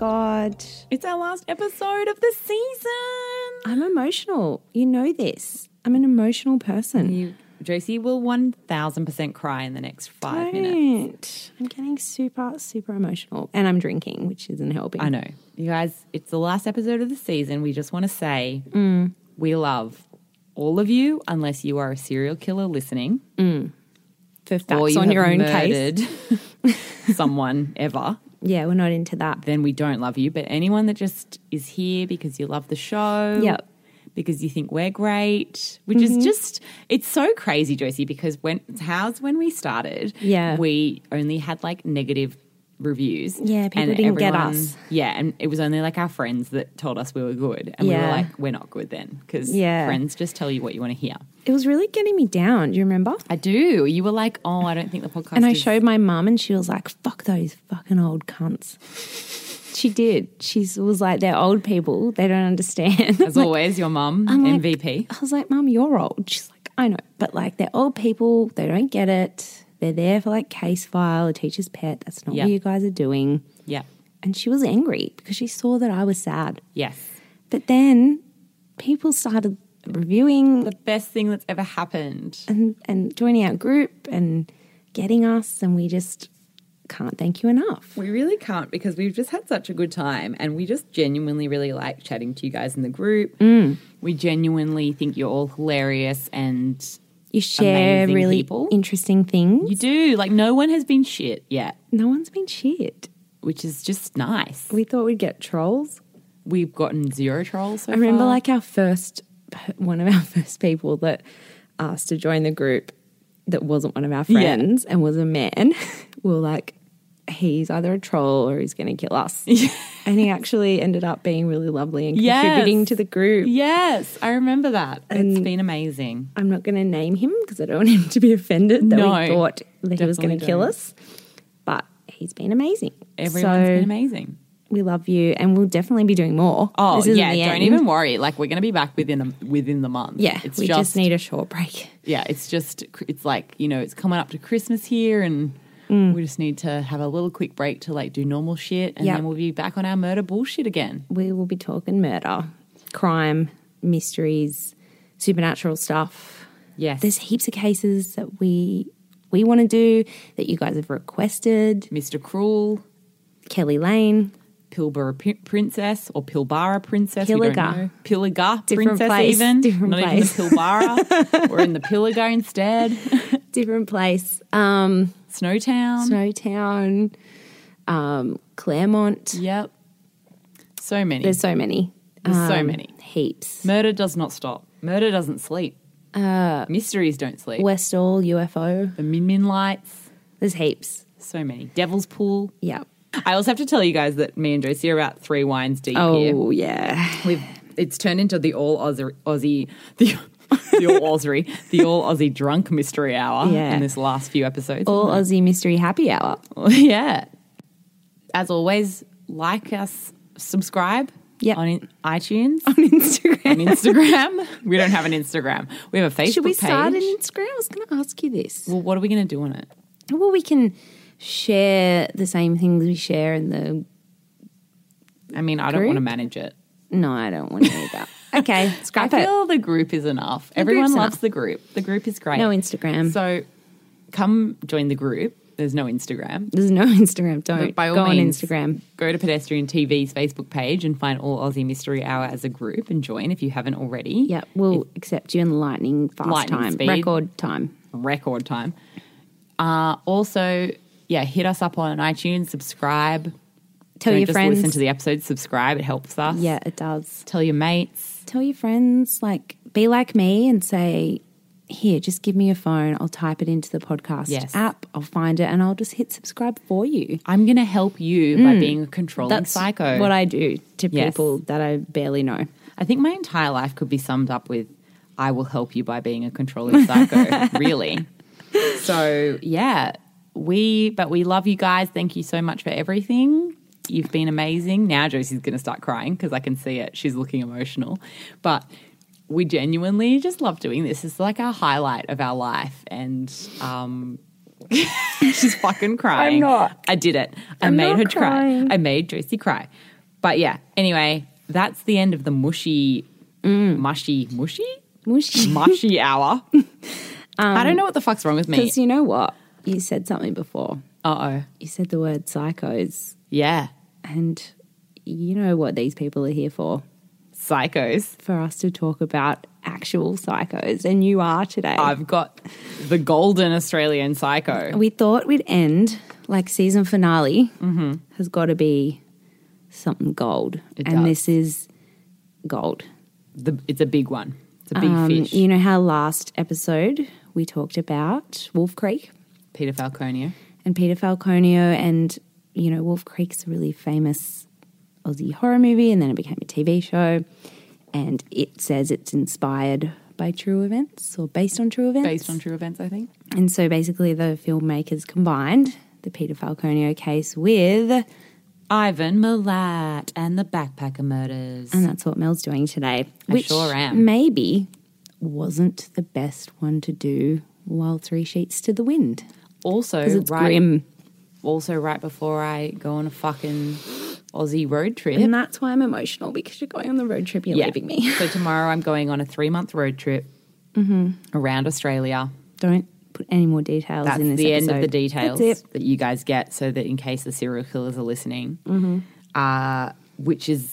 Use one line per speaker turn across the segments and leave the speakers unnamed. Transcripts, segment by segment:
Oh It's our last episode of the season.
I'm emotional. You know this. I'm an emotional person.
You, Josie will 1000% cry in the next 5 minutes.
Don't. I'm getting super, super emotional. And I'm drinking, which isn't helping.
I know. You guys, it's the last episode of the season. We just want to say
Mm.
we love all of you, unless you are a serial killer listening.
For
or
facts
you
on
have
your own case.
murdered someone ever.
Yeah, we're not into that.
then we don't love you. But anyone that just is here because you love the show,
Yep. Mm-hmm.
because you think we're great, which is just it's so crazy, Josie. Because when how's when we started,
Yeah.
we only had like negative reviews.
Yeah, people didn't get us.
Yeah, and it was only like our friends that told us we were good, and we were
Yeah.
like, we're not good then because
Yeah.
friends just tell you what you want to hear.
It was really getting me down. Do you remember?
I do. You were like, oh, I don't think the podcast.
and I
is-
showed my mum, and she was like, fuck those fucking old cunts. She did. She was like, they're old people. They don't understand.
as always your mum
like-
MVP.
I was like, Mum, you're old. She's like, I know, but like they're old people, they don't get it. They're there for like case file, a teacher's pet. That's not
Yeah.
what you guys are doing.
yeah.
And she was angry because she saw that I was sad.
Yes.
But then people started reviewing
The best thing that's ever happened.
and, and joining our group and getting us, and we just can't thank you enough.
We really can't because we've just had such a good time and we just genuinely really like chatting to you guys in the group.
Mm.
We genuinely think you're all hilarious and
You share
Amazing
really
people.
interesting things.
you do. Like, no one has been shit yet,
no one's been shit.
which is just nice.
We thought we'd get trolls.
We've gotten zero trolls so
I remember
far.
like our first one of our first people that asked to join the group that wasn't one of our
Yeah.
friends and was a man. we were like, he's either a troll or he's going to kill us. and he actually ended up being really lovely and
Yes.
contributing to the group.
Yes, I remember that. it's been amazing.
I'm not going to name him because I don't want him to be offended that
No,
we thought that he was
definitely
going to kill
don't.
us. But he's been amazing. so
Everyone's been amazing.
we love you and we'll definitely be doing more.
Oh,
This isn't
yeah.
the
Don't
end.
even worry. Like, we're going to be back within a, within the month.
Yeah,
It's
we just need a short break.
yeah, it's just it's like you know it's coming up to Christmas here, and
Mm.
we just need to have a little quick break to like do normal shit, and
Yep.
then we'll be back on our murder bullshit again.
we will be talking murder, crime, mysteries, supernatural stuff.
Yes,
There's heaps of cases that we we want to do that you guys have requested.
Mr. Cruel,
Kelly Lane,
Pilbara P- Princess, or Pilbara Princess, we don't
Pilliga.
know. Pilliga
Different
Princess,
place,
even
different
not
place.
even the Pilbara, we're in the Pilliga instead.
different place, um,
Snowtown,
Snowtown, um, Claremont.
yep, so many.
There's so many. Um,
There's so many.
Heaps.
Murder does not stop. Murder doesn't sleep. Uh, Mysteries don't sleep.
Westall UFO.
the Min Min lights,
There's heaps.
so many. Devil's Pool.
Yeah.
I also have to tell you guys that me and Josie are about three wines deep here.
Oh yeah.
We've it's turned into the all Aussie, Aussie the, the all Aussie, the all Aussie drunk mystery hour
Yeah.
in this last few episodes.
All Aussie Mystery Happy Hour.
yeah. As always, like us, subscribe.
Yep.
on in, iTunes,
On Instagram.
on Instagram. we don't have an Instagram. We have a Facebook
Should we
page.
start an Instagram? I was going to ask you this.
well, what are we going to do on it?
Well, we can share the same things we share in the.
I mean, I don't
Group?
want to manage it.
No, I don't want to do that. okay,
I
scrap it.
feel the group is enough. Everyone
group's
loves
enough.
the group. The group is great.
No Instagram.
So come join the group. There's no Instagram.
There's no Instagram. Don't
But by all
go
means,
on Instagram.
Go to Pedestrian TV's Facebook page and find All Aussie Mystery Hour as a group and join if you haven't already.
Yeah, we'll accept you in lightning fast
Lightning
time,
speed.
record time.
Record time. Uh, also, yeah, hit us up on iTunes, subscribe.
Tell
Don't
your
just
friends.
listen to the episodes, subscribe. It helps us.
yeah, Mm. it does.
Tell your mates.
Tell your friends. Like, be like me and say, "Here, just give me your phone. I'll type it into the podcast
Yes.
app. I'll find it, and I'll just hit subscribe for you."
I'm going to help you by being a controlling
Mm. That's
psycho.
what I do to
Yes.
people that I barely know.
I think my entire life could be summed up with I will help you by being a controlling psycho, really. So, yeah, we, but we love you guys. Thank you so much for everything. You've been amazing. Now Josie's going to start crying because I can see it. She's looking emotional. But we genuinely just love doing this. It's like our highlight of our life. And, um, She's fucking crying.
not.
I did it. I
I'm
made
not
her
crying.
cry. I made Josie cry. But yeah, anyway, that's the end of the mushy,
Mm.
mushy, mushy,
Mushy.
mushy hour.
Um,
I don't know what the fuck's wrong with me.
Because you know what? You said something before.
Uh oh.
You said the word psychos,
Yeah.
and you know what these people are here for.
Psychos.
For us to talk about actual psychos, and you are today.
I've got the golden Australian psycho.
we thought we'd end like season finale has got to be something gold,
Mm-hmm. It
and
does.
this is gold.
The, it's a big one. It's a big
Um,
fish.
You know how last episode we talked about Wolf Creek
Peter Falconio.
and Peter Falconio, and you know Wolf Creek's a really famous Aussie horror movie, and then it became a TV show, and it says it's inspired by true events or based on true events,
Based on true events, I think.
And so basically, the filmmakers combined the Peter Falconio case with,
Ivan Milat and the backpacker murders.
and that's what Mel's doing today,
I
which
sure am.
maybe wasn't the best one to do while three sheets to the wind
Also,
because it's
right,
grim,
also right before I go on a fucking Aussie road trip.
and that's why I'm emotional because you're going on the road trip, you're leaving me.
so tomorrow I'm going on a three month road trip around Australia.
Don't put any more details
That's
Mm-hmm. in this
the end
episode.
of the details
That's it.
that you guys get, so that in case the serial killers are listening,
Mm-hmm.
uh, which is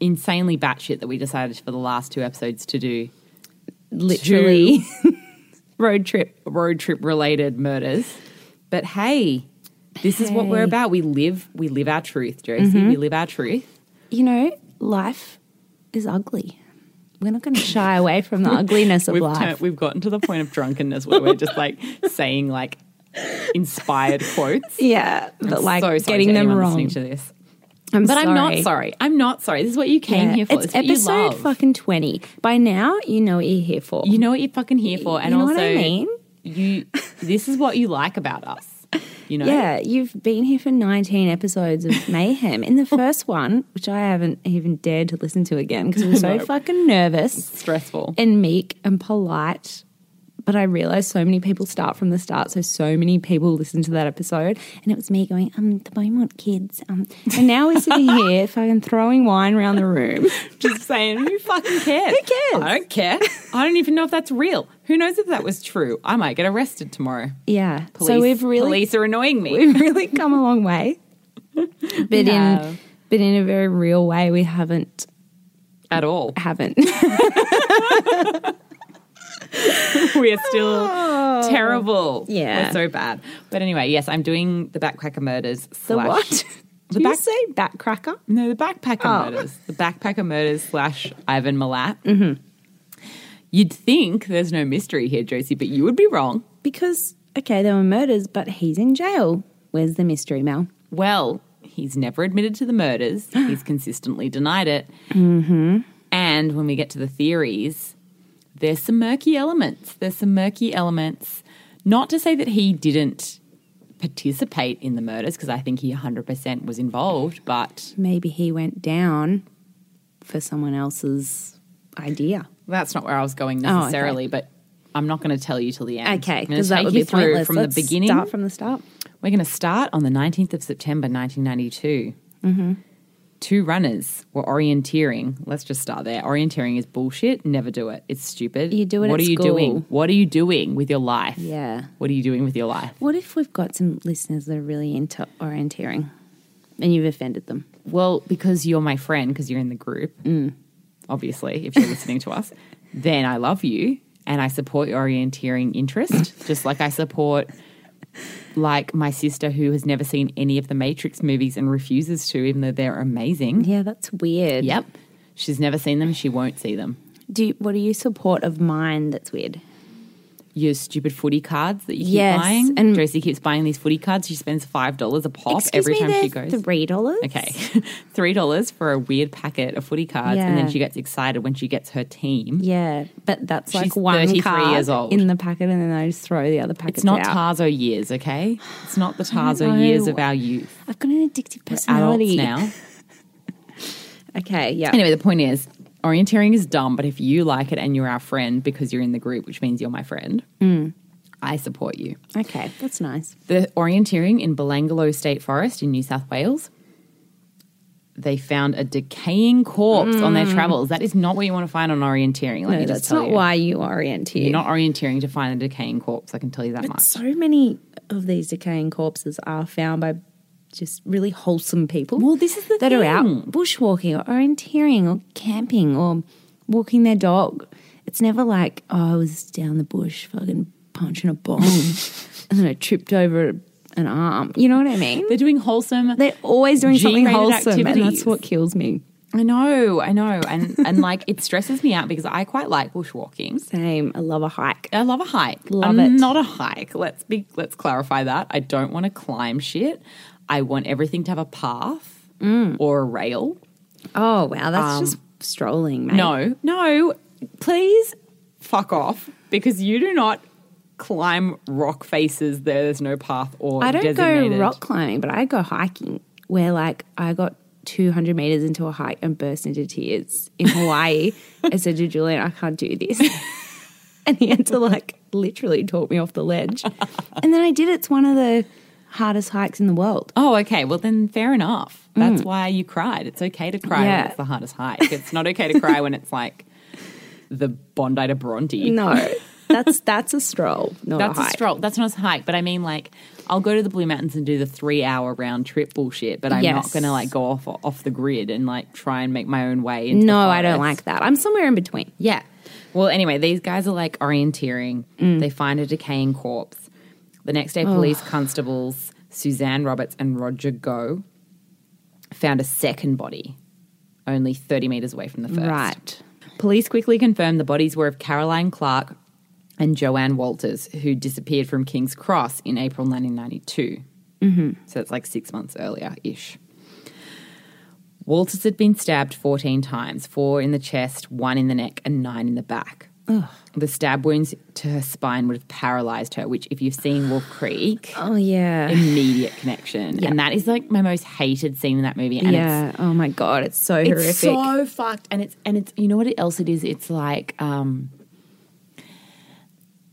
insanely batshit that we decided for the last two episodes to do
Literally, road trip.
road trip related murders. But hey, this is what we're
Hey. Mm-hmm.
about. We live we live our truth, Josie. We live our truth.
You know, life is ugly. We're not going to shy away from the ugliness of
We've,
life.
turned- we've gotten to the point of drunkenness where we're just like saying like inspired quotes.
Yeah, but like
So sorry
getting
to
them
anyone
wrong.
listening to this.
I'm
But I'm not sorry. I'm not sorry. This is what you came
Yeah,
here for.
It's
It's what you
episode
love.
fucking twenty. By now, you know what you're here for.
you know what you're fucking here for, and
You know
also
what I mean?
you. This is what you like about us. You know,
yeah, you've been here for 19 episodes of mayhem. In the first one, which I haven't even dared to listen to again because I was so
No.
fucking nervous
stressful.
and meek and polite. But I realized so many people start from the start, so so many people listen to that episode, and it was me going, "Um, the Beaumont kids." Um, and now we're sitting here, fucking throwing wine around the room.
just saying, who fucking cares?
Who cares?
I don't care. I don't even know if that's real. Who knows if that was true? I might get arrested tomorrow.
Yeah,
Police,
so we've really
police are annoying me.
we've really come a long way. But in
have.
but in a very real way, we haven't
at all.
haven't.
We are still
Oh.
terrible.
Yeah.
We're so bad. But anyway, yes, I'm doing the backpacker murders.
The
slash,
what?
The
Did
back-
you say backcracker?
No, the backpacker
Oh.
murders. The backpacker murders slash Ivan Milat. Mm-hmm. You'd think there's no mystery here, Josie, but you would be wrong.
Because okay, there were murders, but he's in jail. Where's the mystery, Mel?
Well, he's never admitted to the murders. he's consistently denied it. Mm-hmm. And when we get to the theories, there's some murky elements. There's some murky elements. Not to say that he didn't participate in the murders, because I think he 100% was involved, but
Maybe he went down for someone else's idea.
that's not where I was going
Oh, okay.
necessarily. But I'm not going to tell you till the end.
Okay,
I'm gonna
because that
take
would
you
be
through
pointless.
from
Let's
the beginning.
Start from the start.
We're going to start on the 19th of September 1992.
Mm-hmm.
Two runners were orienteering. Let's just start there. Orienteering is bullshit. Never do it. It's stupid.
You do it
What
at
are you
school.
doing? What are you doing with your life?
Yeah.
What are you doing with your life?
What if we've got some listeners that are really into orienteering, and you've offended them?
Well, because you're my friend, because you're in the group,
Mm.
obviously, if you're listening to us, then I love you and I support your orienteering interest, just like I support like my sister who has never seen any of the Matrix movies and refuses to, even though they're amazing.
Yeah, that's weird.
Yep. She's never seen them, she won't see them.
Do you, what do you support of mine that's weird?
Your stupid footy cards that you keep
Yes,
buying.
and-
Josie keeps buying these footy cards. She spends five dollars a pop every time she
they're
goes.
three dollars.
Okay, three dollars for a weird packet of footy cards, and then
Yeah.
she gets excited when she gets her team.
Yeah, but that's like
She's
one
33
card
years old.
in the packet, and then I just throw the other packets
It's not
out.
Tarzo years, okay? It's not the Tarzo
know.
years of our youth.
I've got an addictive
Adults
personality
now.
Okay, yeah.
Anyway, the point is, orienteering is dumb, but if you like it and you're our friend because you're in the group, which means you're my friend,
Mm.
I support you.
Okay, that's nice.
The orienteering in Belangolo State Forest in New South Wales they found a decaying corpse on their travels. That is not what you want to find on orienteering.
Mm. No,
Let me just
that's
tell
not
you.
why you orient here.
You're not orienteering to find a decaying corpse. I can tell you that much.
so many of these decaying corpses are found by just really wholesome people.
Well, this is the
that are out
thing.
bushwalking or orienteering or camping or walking their dog. It's never like, oh, I was down the bush fucking punching a bong and then I tripped over an arm. You know what I mean?
They're doing wholesome.
They're always doing something
G-rated
wholesome, and
activities.
that's what kills me.
I know, I know, and and like it stresses me out because I quite like bushwalking.
Same. I love a hike.
I love a hike.
Love
I'm
it.
not a hike. Let's be let's clarify that. I don't want to climb shit. I want everything to have a path
Mm.
or a rail.
Oh wow, that's just strolling, mate.
No, no, please fuck off because you do not climb rock faces there. There's no path or
I don't
designated.
go rock climbing, but I go hiking where like I got 200 meters into a hike and burst into tears in Hawaii. I said to Julian, I can't do this. and he had to like literally talk me off the ledge. And then I did. It's one of the hardest hikes in the world.
Oh, okay. Well, then fair enough. That's why you cried. It's okay to cry
Mm. Yeah.
when it's the hardest hike. It's not okay to cry when it's like the Bondi to Bronte.
No, that's that's a stroll, not
That's
a
a
hike.
stroll. That's not a hike, but I mean, like, I'll go to the Blue Mountains and do the three-hour round trip bullshit. But I'm
Yes.
not going to like go off off the grid and like try and make my own way. Into the
No, I don't like
forest.
that. I'm somewhere in between.
Yeah. Well, anyway, these guys are like orienteering. They find a decaying corpse. The next day, police constables Suzanne Roberts and Roger Go found a second body, only 30 metres away from the first.
Right.
Police quickly confirmed the bodies were of Caroline Clark and Joanne Walters, who disappeared from King's Cross in April 1992. Mm-hmm. So it's like six months earlier ish. Walters had been stabbed 14 times four in the chest, one in the neck, and nine in the back. The stab wounds to her spine would have paralyzed her, which, if you've seen Wolf Creek,
Oh yeah.
immediate connection. And that is like my most hated scene in that movie. And it's
Yeah. Oh my god, it's so horrific.
it's so fucked, and it's and it's you know what else it is. It's like um,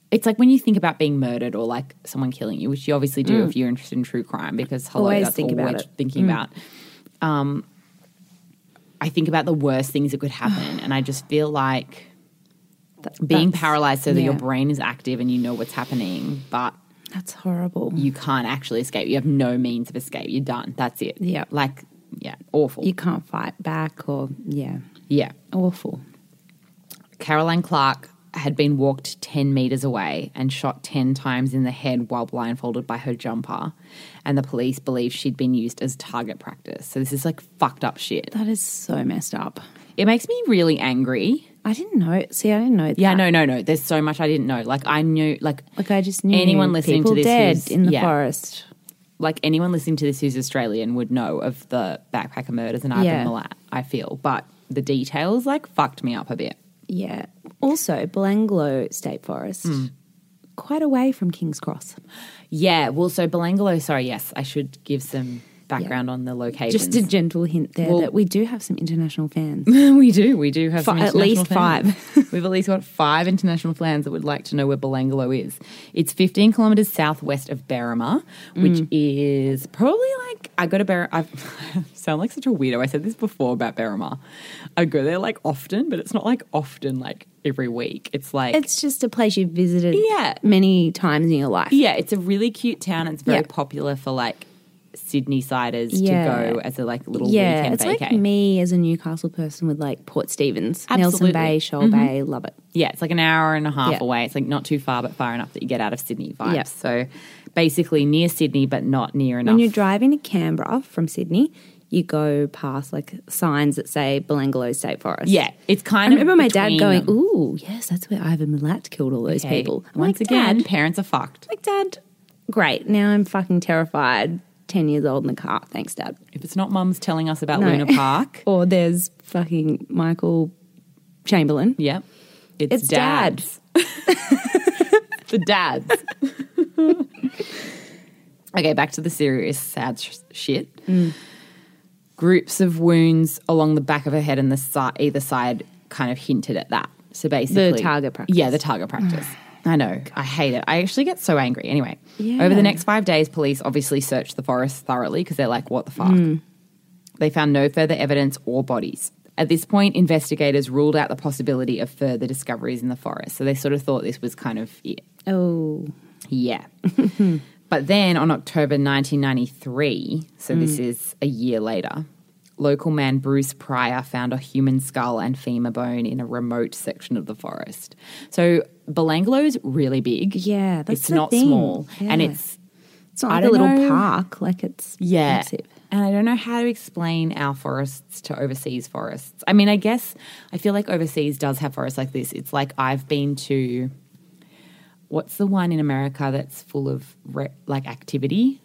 it's like when you think about being murdered or like someone killing you, which you obviously do if you're interested in true crime, because hello,
Mm. Always
that's
think
all
about
we're
it. Mm.
thinking about. Um, I think about the worst things that could happen, and I just feel like being
that's-
paralyzed so that your
yeah.
brain is active and you know what's happening, but
that's horrible.
you can't actually escape. You have no means of escape. You're done. That's it.
Yeah.
like yeah, awful.
you can't fight back or yeah
yeah.
awful
Caroline Clark had been walked 10 metres away and shot 10 times in the head while blindfolded by her jumper. And the police believe she'd been used as target practice. So this is like fucked up shit.
that is so messed up
It makes me really angry.
i didn't know see i didn't know that.
Yeah, no, no, no. There's so much I didn't know. Like, I knew, like,
like i just knew
Anyone listening
people
to this
dead
who's-
in the
yeah.
forest
like anyone listening to this who's Australian would know of the backpacker murders and Ivan
Yeah.
Milat, I feel. But the details, like, fucked me up a bit.
yeah also blanglo state forest
Hmm.
quite away from king's cross
Yeah, well, so Belangolo, sorry, yes, I should give some background on the location.
just a gentle hint there
Well-
that we do have some international fans
we do. We do have some
Fi- at
international
least
fans. We've at least got five international fans that would like to know where Belangolo is. It's 15 kilometres southwest of Berrima, which
Mm.
is probably like I go to Berrima. I sound like such a weirdo. I said this before about Berrima. I go there like often, but it's not like often like every week. It's like
it's just a place you've visited
Yeah.
many times in your life
yeah, it's a really cute town. It's very
Yeah.
popular for like Sydney siders
Yeah.
to go as a like little
yeah
weekend
it's
vacay.
like me as a newcastle person with like port stevens
Absolutely. Mm-hmm.
nelson bay shoal bay love it
Yeah, it's like an hour and a half
Yeah.
away. It's like not too far, but far enough that you get out of Sydney vibes.
Yeah.
So basically near Sydney, but not near enough.
When you're driving to Canberra from Sydney, you go past like signs that say Belangolo State Forest.
yeah, it's
I
kind of.
remember my dad
between
going,
them.
"Ooh, yes, that's where Ivan Milat killed all those
Okay,
people." I'm
Once
like,
again,
"Dad,"
parents are fucked.
like dad, great. Now I'm fucking terrified. Ten years old in the car. Thanks, dad.
If it's not mums telling us about
No.
Luna Park,
Or there's fucking Michael Chamberlain.
yep, it's,
It's dad.
dads. the dads. okay, back to the serious sad sh- shit. Groups of wounds along the back of her head and the si- either side kind of hinted at that. So basically,
target practice.
Yeah, the target practice. I know. I hate it. I actually get so angry. Anyway,
Yeah.
Mm. over the next five days, police obviously searched the forest thoroughly because they're like, "What the fuck." They found no further evidence or bodies. At this point, investigators ruled out the possibility of further discoveries in the forest. So they sort of thought this was kind of it.
Oh,
Yeah. but then on October 1993,
Hmm.
so this is a year later, local man Bruce Pryor found a human skull and femur bone in a remote section of the forest. So Belanglo's really big.
Yeah, that's
it's
the
not
thing.
small. And
Yeah.
it's
it's not
I
like a
don't
little
know.
park. Like it's
yeah.
massive.
And I don't know how to explain our forests to overseas forests. I mean, I guess I feel like overseas does have forests like this. It's like I've been to what's the one in America that's full of re- like activity?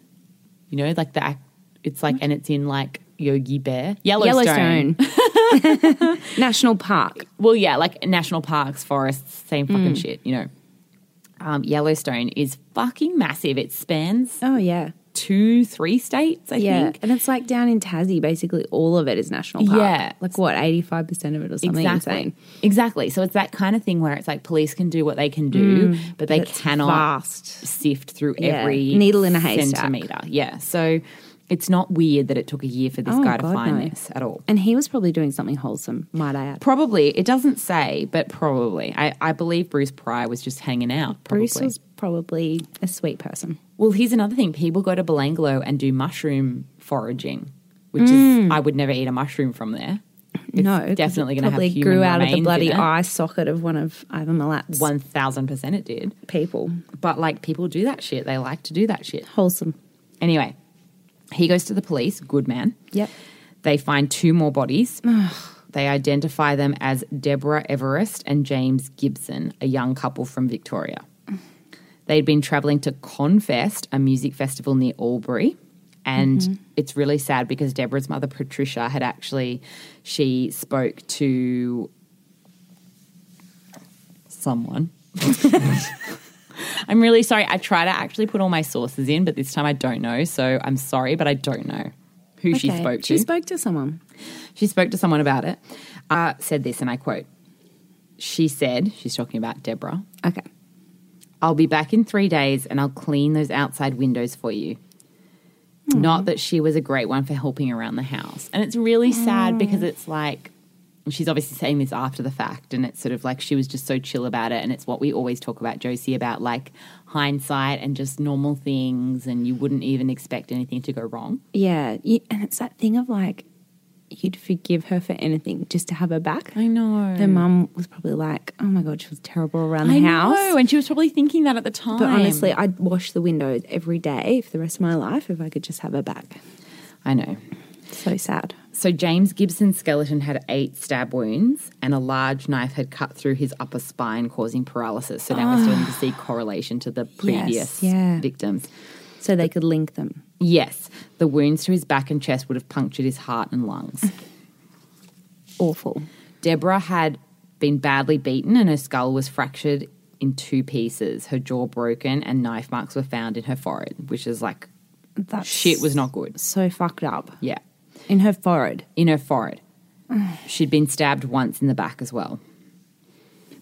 You know, like the ac- it's like and it's in like Yogi Bear, Yellowstone.
Yellowstone. National Park.
Well, yeah, like national parks, forests, same fucking shit. You know, um, Yellowstone is fucking massive. It spans
Oh yeah.
two, three states, I
yeah.
think.
And it's like down in Tassie, basically all of it is national park.
Yeah.
Like what, eighty five percent of it or something insane.
Exactly. So it's that kind of thing where it's like police can do what they can do, but they
It's
cannot
vast.
sift through
Mm. Yeah.
every
Needle in a haystack.
centimeter. Yeah. So it's not weird that it took a year for this
Oh,
guy to
God,
find
no.
this at all.
And he was probably doing something wholesome, might I add.
Probably it doesn't say, but probably I, I believe Bruce Pryor was just hanging out. Probably.
Bruce was probably a sweet person.
Well, here's another thing: people go to Belanglo and do mushroom foraging, which is I would never eat a mushroom from there. It's
Mm. no, 'cause it
definitely going to have
probably
human
grew out of the
remains
bloody
in it.
eye socket of one of Ivan Milat's
One thousand percent, it did.
people.
But like people do that shit. They like to do that shit.
Wholesome.
Anyway, he goes to the police, good man.
Yep.
They find two more bodies. they identify them as Deborah Everest and James Gibson, a young couple from Victoria. They'd been traveling to Confest, a music festival near Albury. And
Mm-hmm.
it's really sad because Deborah's mother, Patricia, had actually, she spoke to someone. I'm really sorry. I try to actually put all my sources in, but this time I don't know. So I'm sorry, but I don't know who she
Okay.
spoke to.
She spoke to someone.
She spoke to someone about it, uh, said this, and I quote She said, she's talking about Deborah,
Okay.
I'll be back in three days and I'll clean those outside windows for you. Not that she was a great one for helping around the house. And it's really sad because it's like, and she's obviously saying this after the fact, and it's sort of like she was just so chill about it. And it's what we always talk about, Josie, about like hindsight and just normal things, and you wouldn't even expect anything to go wrong.
Yeah. You, and it's that thing of like, you'd forgive her for anything just to have her back.
know.
Their mum was probably like, oh my God, she was terrible around the house.
Mm. know, and she was probably thinking that at the time.
But honestly, I'd wash the windows every day for the rest of my life if I could just have her back.
I know.
So sad.
So James Gibson's skeleton had eight stab wounds, and a large knife had cut through his upper spine, causing paralysis. So now we're starting to see correlation to the previous
yeah.
victims.
So they could link them.
Yes, the wounds to his back and chest would have punctured his heart and lungs.
Awful.
Deborah had been badly beaten, and her skull was fractured in two pieces. Her jaw broken, and knife marks were found in her forehead, which is like
That
shit was not good.
so fucked up.
Yeah.
In her forehead.
in her forehead. She'd been stabbed once in the back as well.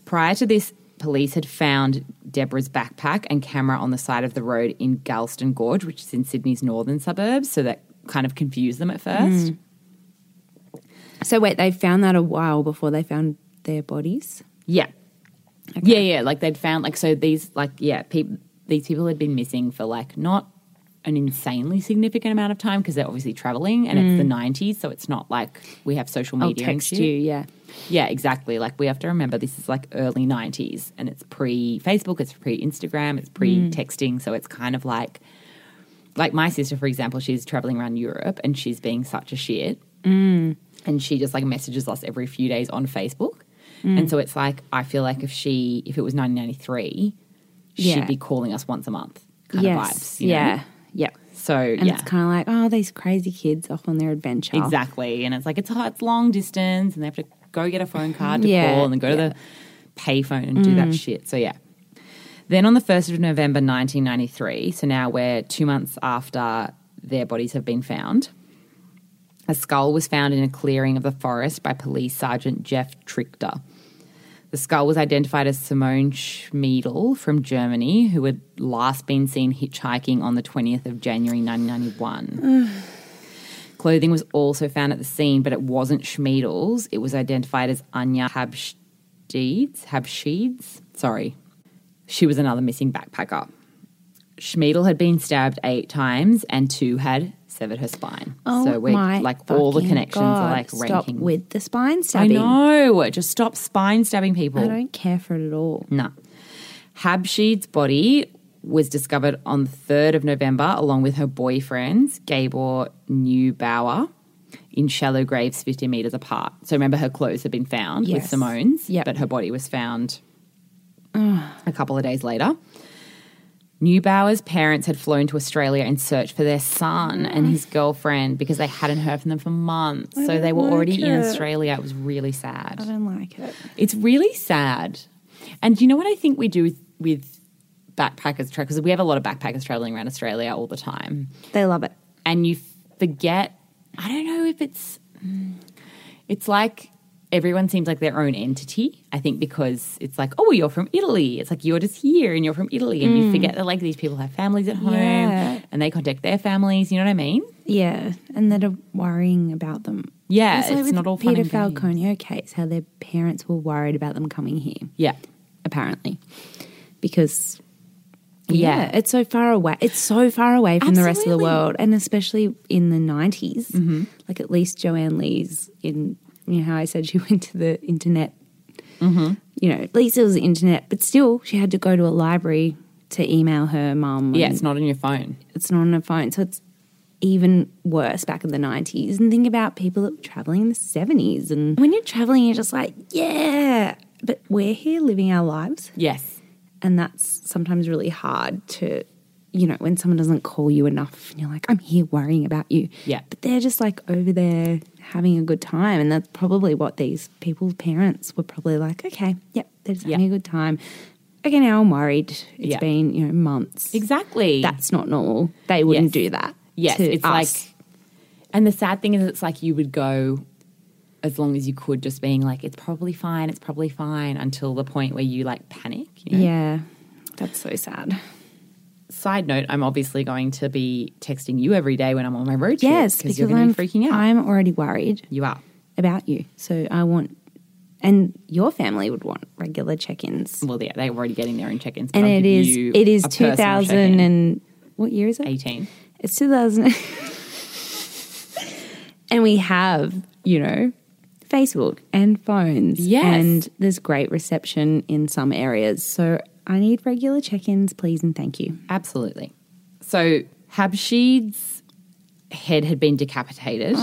Prior to this, police had found Deborah's backpack and camera on the side of the road in Galston Gorge, which is in Sydney's northern suburbs, so that kind of confused them at first.
So wait, they found that a while before they found their bodies.
Yeah. Yeah, yeah, like they'd found like so these like yeah, peop these people had been missing for like not an insanely significant amount of time because they're obviously traveling and it's the 90s, so it's not like we have social media
I'll Oh, text
and shit.
you. Yeah.
Yeah, exactly. Like we have to remember this is like early 90s and it's pre Facebook, it's pre Instagram,
Mm.
it's pre texting. So it's kind of like, like my sister, for example, she's traveling around Europe and she's being such a shit.
Mm.
And she just like messages us every few days on Facebook.
Mm.
And so it's like, I feel like if she, if it was 1993,
Yeah.
she'd be calling us once a month kind of vibes. you know?
yeah. Yep.
So
And
yeah.
it's kind of like, oh, these crazy kids off on their adventure.
Exactly. And it's like it's hard, it's long distance and they have to go get a phone card to
Yeah, Mm.
call and then go to the payphone and do that shit. So yeah. Then on the 1st of November 1993, so now we're 2 months after their bodies have been found. A skull was found in a clearing of the forest by police sergeant Jeff Trichter. The skull was identified as Simone Schmiedel from Germany, who had last been seen hitchhiking on the 20th of January 1991. Clothing was also found at the scene, but it wasn't Schmiedel's. It was identified as Anya Habsheeds. Habsheeds? Sorry. She was another missing backpacker. Schmiedel had been stabbed eight times and two had severed her spine.
Oh
so we're
my
like all the
fucking
connections
God.
are like
Stop
ranking.
with the spine
I
stabbing.
know. Just stop spine stabbing people.
I don't care for it at all.
No. Habshid's body was discovered on the 3rd of November along with her boyfriend's, Gabor Neubauer, in shallow graves 50 metres apart. So remember her clothes had been found with
Yes.
Simone's,
Yep.
but her body was found a couple of days later. Neubauer's parents had flown to Australia in search for their son and his girlfriend because they hadn't heard from them for months. so they were
like
already in
it.
Australia. It was really sad.
I don't like it.
It's really sad. And you know what I think we do with, with backpackers travel? Because we have a lot of backpackers traveling around Australia all the time.
They love it.
And you forget, I don't know if it's, mm, it's like everyone seems like their own entity. I think because it's like, oh, well, you're from Italy. It's like you're just here and you're from Italy. And you forget that like these people have families at home
Yeah.
and they contact their families. You know what I mean?
Yeah, and that are worrying about them.
Yeah,
like
it's
with
not all fun
Peter
and games.
Falconio case. How their parents were worried about them coming here,
Yeah.
apparently, because
Yeah.
yeah, it's so far away. It's so far away from the rest of the
Absolutely. Mm-hmm.
world, and especially in the 90s Like at least Joanne Lee's in you know how I said she went to the internet.
Mm-hmm.
You know, at least it was the internet, but still she had to go to a library to email her mum.
Yeah,
and-
it's not on your phone.
it's not on a phone. So it's even worse back in the 90s. And think about people that were traveling in the 70s. And when you're traveling, you're just like, yeah. But we're here living our lives.
Yes.
And that's sometimes really hard to, you know, when someone doesn't call you enough and you're like, I'm here worrying about you.
Yeah.
But they're just like over there having a good time. And that's probably what these people's parents were probably like, okay, yep, they're just
Yeah.
having a good time. Okay, now I'm worried. It's
Yeah.
been, you know, months
Exactly.
that's not normal. They wouldn't do that.
Yes,
to
it's
us.
like, and the sad thing is, it's like you would go as long as you could, just being like, it's probably fine, it's probably fine, until the point where you like panic. you know?
yeah, that's so sad.
Side note: I'm obviously going to be texting you every day when I'm on my road trip.
Yes, because
because you're going
I'm
to be freaking out.
I'm already worried
you are.
about you, so I want, and your family would want regular check-ins.
Well, yeah, they're already getting their own check-ins, but
And
I'll
it
give
is
you
it is
a
two
personal
thousand
check-in.
and what year is it?
18.
It's two thousand, and we have you know. Facebook and phones.
Yes.
And there's great reception in some areas. So I need regular check ins, please, and thank you.
Absolutely. So Habshid's head had been decapitated,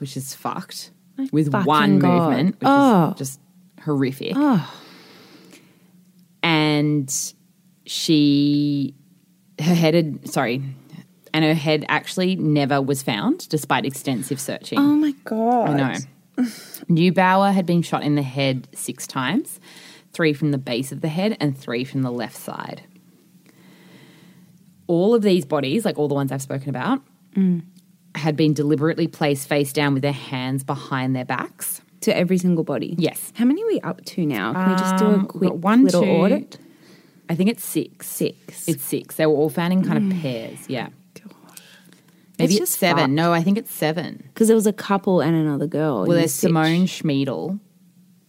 which is fucked, with
Oh. fucking
one
God.
movement, which
Oh.
is just horrific. And she, her head had, sorry, and her head actually never was found despite extensive searching.
Oh my God.
I know. Neubauer had been shot in the head six times, three from the base of the head and three from the left side. All of these bodies, like all the ones I've spoken about,
Mm.
had been deliberately placed face down with their hands behind their backs.
to every single body.
Yes.
How many are we up to now? Can we just do a
Um, we've
quick
got one,
little
two-
audit?
I think it's six.
Six. Mm.
It's six. They were all found in kind of pairs. Yeah. Maybe
It's
it's,
just
seven.
fucked.
No, I think it's seven.
Because there was a couple and another girl. in
Well,
the
there's
stitch.
Simone Schmiedel.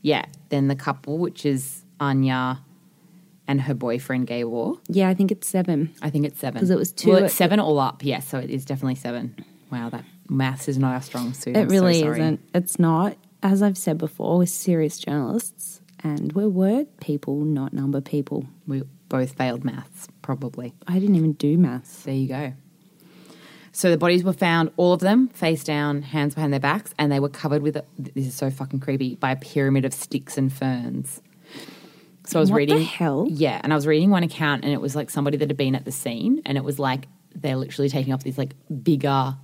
Yeah. Then the couple, which is Anya and her boyfriend, Gaywar.
Yeah, I think it's seven.
I think it's seven.
'Cause it was two
Well,
at
it's seven all up. Yes, so it is definitely seven. Wow, that maths is not our strong suit.
It
I'm so
really
sorry.
isn't. It's not. As I've said before, we're serious journalists and we're word people, not number people.
We both failed maths, probably.
I didn't even do maths.
There you go. So the bodies were found, all of them, face down, hands behind their backs, and they were covered with. This is so fucking creepy. By a pyramid of sticks and ferns. So I was
What the
reading.
hell?
Yeah, and I was reading one account, and it was like somebody that had been at the scene, and it was like they're literally taking off this like bigger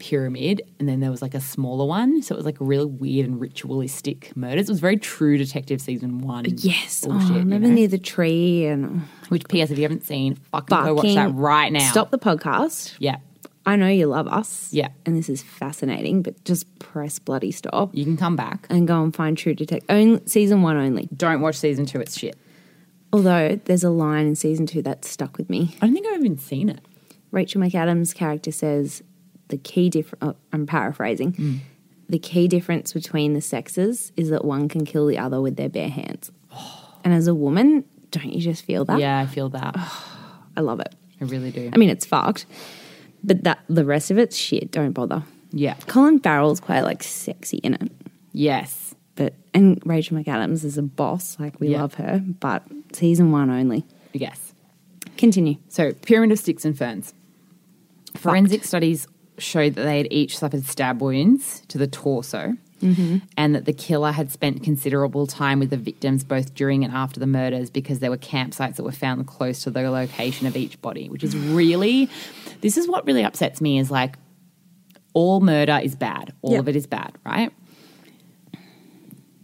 pyramid, and then there was like a smaller one. So it was like a really weird and ritualistic murders. It was very true detective season one.
Yes. Oh,
bullshit, you
remember
know?
near the tree and
Which P.S. If you haven't seen, fucking
fucking.
go watch that right now.
Stop the podcast.
Yeah,
I know you love us.
Yeah.
And this is fascinating, but just press bloody stop.
you can come back.
and go and find True Detective. Only, season one only.
Don't watch season two. It's shit.
Although there's a line in season two that stuck with me.
I don't think I've even seen it.
Rachel McAdams' character says, the key difference, oh, I'm paraphrasing,
Mm.
the key difference between the sexes is that one can kill the other with their bare hands. And as a woman, don't you just feel that?
Yeah, I feel that. I
I love it.
really do.
I mean, it's fucked, but that the rest of it's shit. Don't bother.
Yeah.
Colin Farrell's quite like sexy in it,
Yes.
but and Rachel McAdams is a boss. Like we
Yeah.
love her, but season one only.
Yes.
Continue.
So, pyramid of sticks and ferns. Forensic studies showed that they had each suffered stab wounds to the torso and that the killer had spent considerable time with the victims both during and after the murders because there were campsites that were found close to the location of each body, which is really, this is what really upsets me is like all murder is bad, all
Yeah.
of it is bad, right?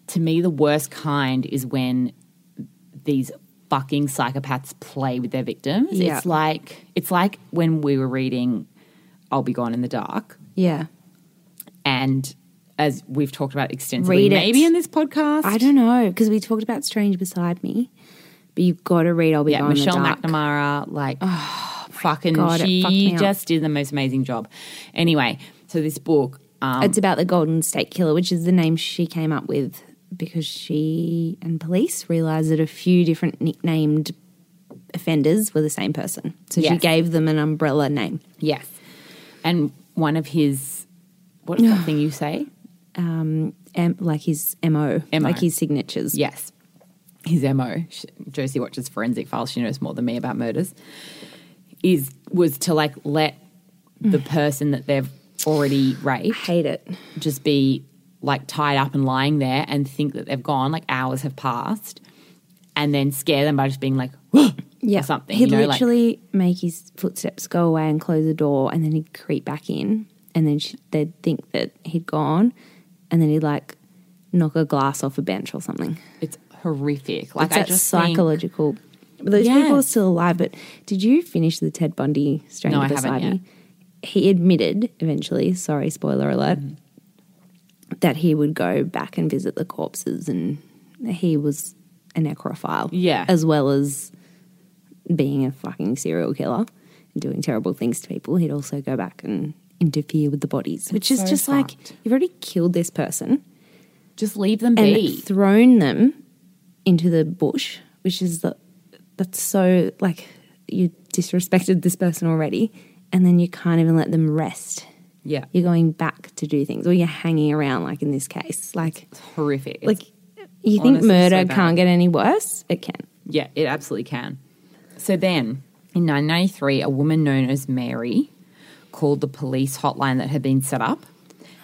To me, the worst kind is when these fucking psychopaths play with their victims.
Yeah.
It's like it's like when we were reading I'll Be Gone in the Dark
Yeah,
and as we've talked about extensively
Read it.
maybe in this podcast.
I don't know because we talked about Strange Beside Me, but you've got to read. I'll be
yeah,
gone
Michelle
in the dark. Oh
McNamara, like fucking
God, it fucked me
she
up.
just did the most amazing job. Anyway, so this book, um,
It's about the Golden State Killer, which is the name she came up with because she and police realized that a few different nicknamed offenders were the same person. So she
Yes.
gave them an umbrella name.
yes. And one of his what's that thing you say?
Um, M, like his MO,
MO.
like his signatures.
Yes. His MO, sh- Josie watches forensic files, she knows more than me about murders, is was to like let the
Mm.
person that they've already
I
raped
hate it.
just be like tied up and lying there and think that they've gone, like hours have passed, and then scare them by just being like, "Whoa,"
Yeah.
or something.
He'd
you know, like-
literally make his footsteps go away and close the door and then he'd creep back in and then she, they'd think that he'd gone and then he'd like knock a glass off a bench or something.
it's horrific. Like
it's
I
that
just think-
psychological. but those people are
Yes.
still alive. But did you finish the Ted Bundy Stranger
No, I haven't
Beside
yet.
Me? He admitted eventually. Sorry, spoiler alert. That he would go back and visit the corpses, and he was a necrophile.
Yeah.
as well as being a fucking serial killer and doing terrible things to people. He'd also go back and interfere with the bodies, which is
so
just
fucked.
like you've already killed this person
just leave them
and
be.
thrown them into the bush, which is the that's so like you disrespected this person already, and then you can't even let them rest.
yeah.
You're going back to do things, or you're hanging around, like in this case. Like,
It's horrific. It's
like you think
honestly
murder
so bad.
can't get any worse? It can.
Yeah, it absolutely can. So then, in 1993, a woman known as Mary called the police hotline that had been set up.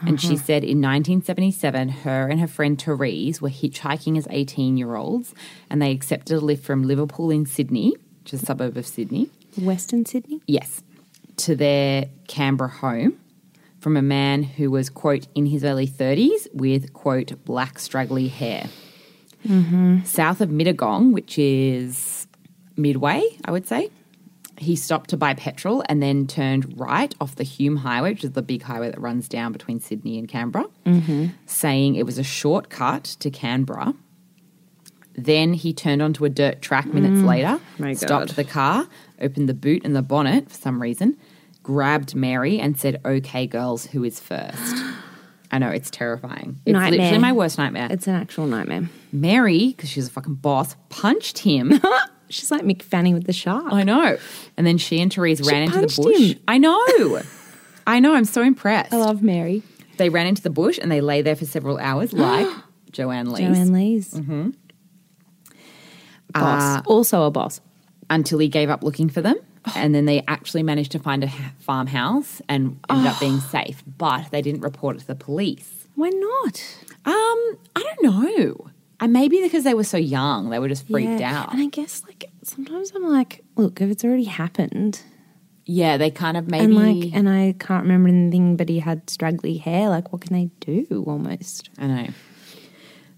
And she said in 1977, her and her friend Therese were hitchhiking as 18 year olds and they accepted a lift from Liverpool in Sydney, which is a suburb of Sydney.
Western Sydney.
Yes. To their Canberra home from a man who was, quote, in his early 30s with, quote, black straggly hair. South of Mittagong, which is midway, I would say, he stopped to buy petrol and then turned right off the Hume Highway, which is the big highway that runs down between Sydney and Canberra,
Mm-hmm.
saying it was a shortcut to Canberra. Then he turned onto a dirt track minutes later,
Mm. my
stopped
God.
the car, opened the boot and the bonnet for some reason, grabbed Mary and said, Okay, girls, who is first? I know, it's terrifying. It's
Nightmare.
literally my worst nightmare.
It's an actual nightmare.
Mary, because she's a fucking boss, punched him.
She's like McFanning with the shark.
I know. And then she and Therese ran into the
punched
bush.
him.
I know. I know. I'm so impressed.
I love Mary.
They ran into the bush and they lay there for several hours, like Joanne Lees,
Joanne Lees. Mm-hmm. Uh, Boss. also a boss.
until he gave up looking for them. And then they actually managed to find a ha- farmhouse and ended up being safe. But they didn't report it to the police.
Why not?
Um, I don't know. And maybe because they were so young, they were just freaked
Yeah.
out.
And I guess like sometimes I'm like, look, if it's already happened,
Yeah, they kind of maybe.
and like, and I can't remember anything, but he had straggly hair. Like, what can they do? Almost.
I know.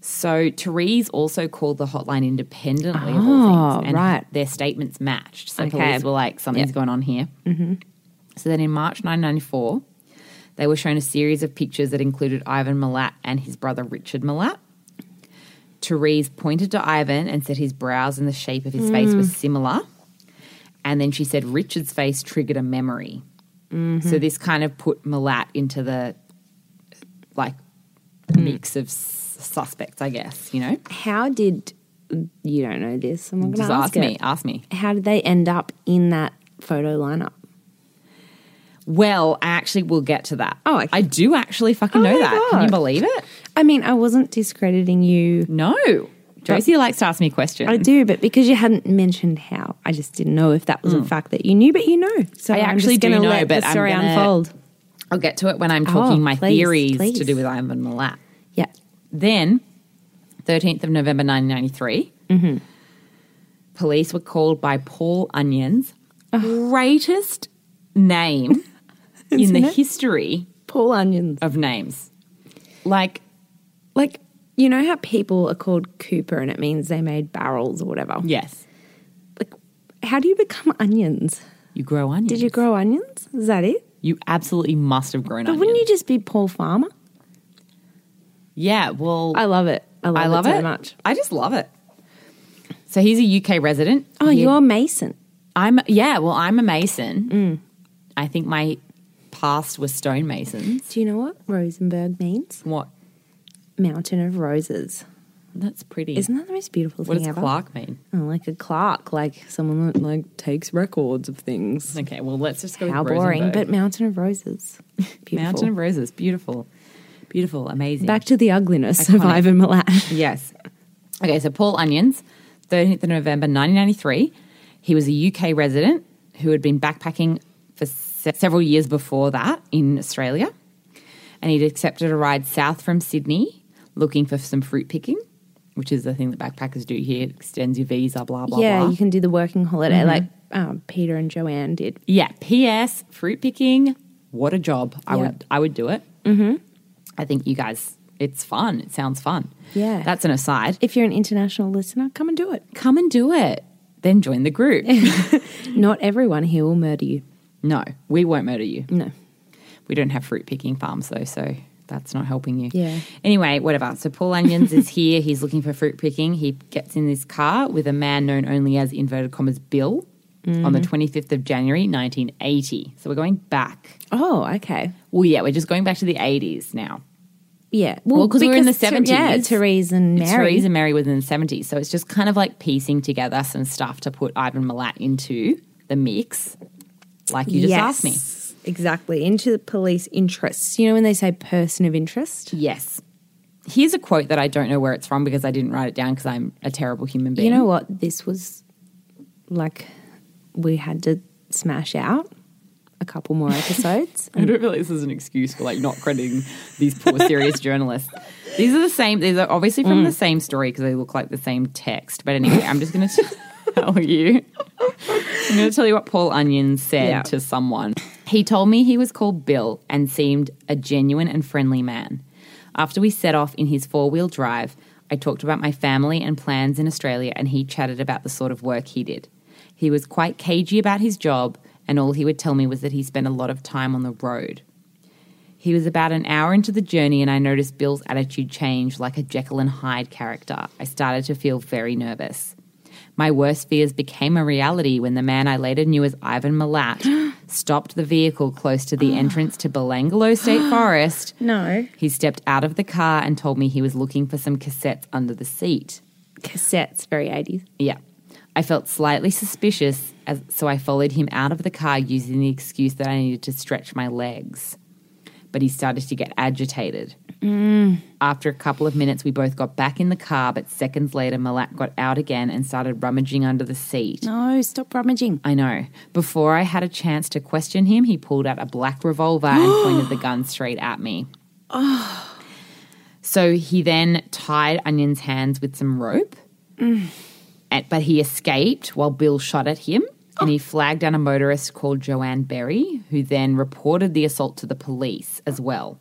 So Therese also called the hotline independently of all
Oh,
things, and
right.
their statements matched. So
Okay.
police were like, "Something's going on here." Mm-hmm. So then, in March 1994, they were shown a series of pictures that included Ivan Milat and his brother Richard Milat. Therese pointed to Ivan and said his brows and the
Mm.
shape of his face were similar. And then she said Richard's face triggered a memory.
Mm-hmm.
So this kind of put Malat into the like
Mm.
mix of s- suspects, I guess. You know,
How did you don't know this? I'm not going
just
to ask,
ask me.
it.
Ask me.
How did they end up in that photo lineup?
Well, I actually will get to that.
Oh, okay. Oh
I do actually fucking know
my
that. Can you
God.
believe it?
I mean, I wasn't discrediting you.
No. Josie likes to ask me questions.
I do, but because you hadn't mentioned how, I just didn't know if that was a fact that you knew, but you know. So
I
I'm
actually
just
do
gonna
know,
let
but
the
I'm
story
gonna-
unfold.
I'll get to it when I'm talking my
Oh, please,
theories
please.
to do with Ivan Milat.
Yeah.
Then, 13th of November 1993,
Mm-hmm.
police were called by Paul Onion's greatest name in
Isn't
the
it?
history
Paul Onions.
of names. Like,
Like, you know how people are called Cooper and it means they made barrels or whatever?
yes,
Like, how do you become onions?
you grow onions.
Did you grow onions? Is that it?
You absolutely must have grown
But
onions.
wouldn't you just be Paul Farmer?
Yeah, well,
I love it. I love,
I love
it,
it,
so much.
I just love it. So he's a UK resident.
Oh,
He-
you're Mason.
I'm yeah. Well, I'm a mason.
Mm.
I think my past was stonemasons.
Do you know what Rosenberg means?
What?
Mountain of Roses.
That's pretty.
Isn't that the most beautiful
what
thing
does
ever?
Clark mean?
Oh, like a clerk, like someone that like takes records of things.
Okay, well let's just go.
How
with
boring,
Rosenberg.
but Mountain of Roses. Beautiful.
Mountain of Roses, beautiful, beautiful, amazing.
Back to the ugliness of
Iconic.
Ivan Milat.
Yes. Okay, so Paul Onions, 13th of November 1993. He was a UK resident who had been backpacking for se- several years before that in Australia. And he'd accepted a ride south from Sydney looking for some fruit picking, which is the thing that backpackers do here. It extends your visa, blah, blah,
yeah,
blah.
you can do the working holiday like um, Peter and Joanne did.
Yeah. P.S. Fruit picking. What a job! I
Yep.
would I would do it. Mm-hmm. I think you guys, it's fun. It sounds fun.
Yeah.
That's an aside.
If you're an international listener, come and do it.
Come and do it. Then join the group.
Not everyone here will murder you.
no, we won't murder you.
No.
We don't have fruit picking farms though, so that's not helping you.
Yeah.
Anyway, whatever. So Paul Onions is here. He's looking for fruit picking. He gets in this car with a man known only as inverted commas Bill on
Mm-hmm.
the 25th of January 1980. So we're going back.
Oh, okay.
Well, yeah, we're just going back to the 80s now.
Yeah.
Well, 'cause we were in the
Ther- Yeah,
70s.
Therese and Mary.
Therese and Mary was in the 70s. So it's just kind of like piecing together some stuff to put Ivan Milat into the mix, like you just asked me.
Exactly. Into the police interests. You know when they say person of interest?
Yes. Here's a quote that I don't know where it's from because I didn't write it down because I'm a terrible human being.
You know what? This was like we had to smash out a couple more episodes.
I don't feel like this is an excuse for like not crediting these poor serious journalists. These are the same. These are obviously from the same story because they look like the same text. But anyway, I'm just going to tell you. I'm going to tell you what Paul Onion said
Yeah.
to someone. He told me he was called Bill and seemed a genuine and friendly man. After we set off in his four wheel drive, I talked about my family and plans in Australia, and he chatted about the sort of work he did. He was quite cagey about his job, and all he would tell me was that he spent a lot of time on the road. He was about an hour into the journey, and I noticed Bill's attitude change like a Jekyll and Hyde character. I started to feel very nervous. My worst fears became a reality when the man I later knew as Ivan Milat stopped the vehicle close to the entrance to Belangolo State Forest.
no.
He stepped out of the car and told me he was looking for some cassettes under the seat.
Cassettes, very 80s.
Yeah. I felt slightly suspicious, as, so I followed him out of the car using the excuse that I needed to stretch my legs. But he started to get agitated. After a couple of minutes, we both got back in the car, but seconds later, Malak got out again and started rummaging under the seat.
No, stop rummaging.
I know. Before I had a chance to question him, he pulled out a black revolver and pointed the gun straight at me. So he then tied Onion's hands with some rope, and, but he escaped while Bill shot at him. And he flagged down a motorist called Joanne Berry, who then reported the assault to the police as well.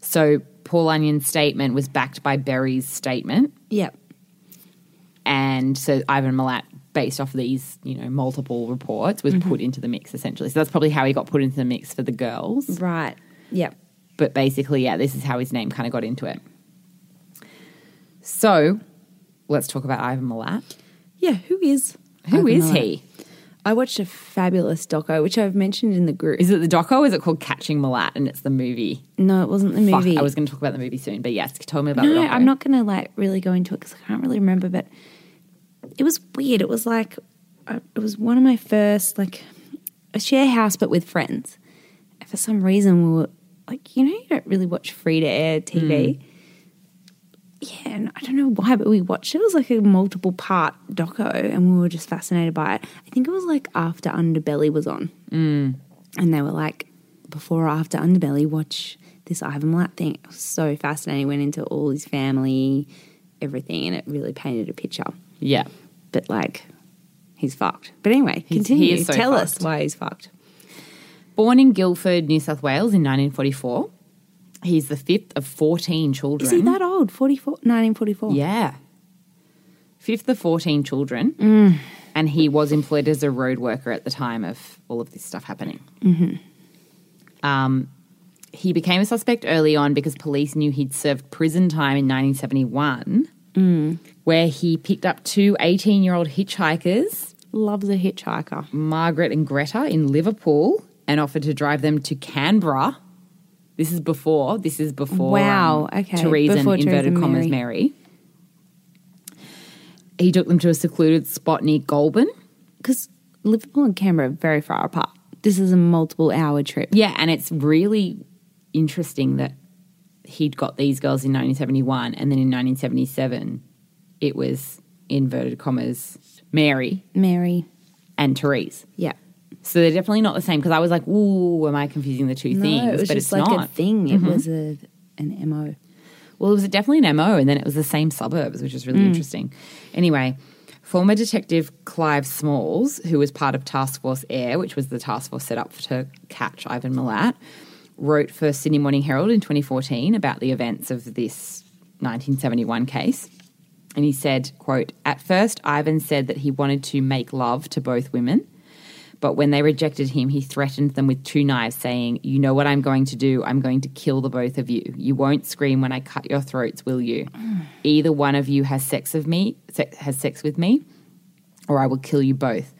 So Paul Onion's statement was backed by Berry's statement.
Yep.
And so Ivan Milat, based off these, you know, multiple reports,
Mm-hmm.
was put into the mix essentially. So that's probably how he got put into the mix for the girls.
Right. Yep.
But basically, yeah, this is how his name kind of got into it. So let's talk about Ivan Milat.
Yeah, who is
Who
Ivan
is
Milat?
he?
I watched a fabulous doco, which I've mentioned in the group.
Is it the doco? Is it called Catching Malat? And it's the movie.
no, it wasn't the
Fuck,
movie.
I was going to talk about the movie soon, but yes, tell me about the
no,
doco.
I'm not going to like really go into it because I can't really remember. But it was weird. It was like uh, it was one of my first like a share house, but with friends. And for some reason, we were like, you know, you don't really watch free to air
Hmm.
TV. Yeah, and I don't know why, but we watched it. It was like a multiple part doco, and we were just fascinated by it. I think it was like after Underbelly was on, mm. and they were like, before or after Underbelly, watch this Ivan Milat thing. It was so fascinating. Went into all his family, everything, and it really painted a picture.
Yeah.
But like, he's fucked. But anyway,
He's- he
continue.
is so
Tell us
fucked.
why he's fucked.
Born in Guildford, New South Wales in 1944, he's the fifth of 14 children.
Is he that old? 44, 1944.
Yeah. Fifth of 14 children. And he was employed as a road worker at the time of all of this stuff happening. Mm-hmm. Um, he became a suspect early on because police knew he'd served prison time in 1971, where he picked up two 18 year old hitchhikers,
Loves a hitchhiker.
Margaret and Greta, in Liverpool and offered to drive them to Canberra. This is before. This is before.
Wow, okay,
Theresa
before
and inverted
Theresa
commas
Mary.
Mary. He took them to a secluded spot near Goulburn.
Because Liverpool and Canberra are very far apart. This is a multiple hour trip.
Yeah, and it's really interesting that he'd got these girls in 1971, and then in 1977, it was inverted commas Mary
Mary.
and Therese.
Yeah.
So they're definitely not the same because I was like, "Ooh, am I confusing the two things?"
no, it was
but
just
it's
like
not. Mm-hmm.
a thing. It was a an MO.
Well, it was definitely an MO, and then it was the same suburbs, which is really interesting. Anyway, former detective Clive Smalls, who was part of Task Force Air, which was the task force set up to catch Ivan Milat, wrote for Sydney Morning Herald in 2014 about the events of this 1971 case. And he said, quote, At first, Ivan said that he wanted to make love to both women. But when they rejected him, he threatened them with two knives, saying, You know what I'm going to do? I'm going to kill the both of you. You won't scream when I cut your throats, will you? Either one of you has sex of me sex, has sex with me, or I will kill you both.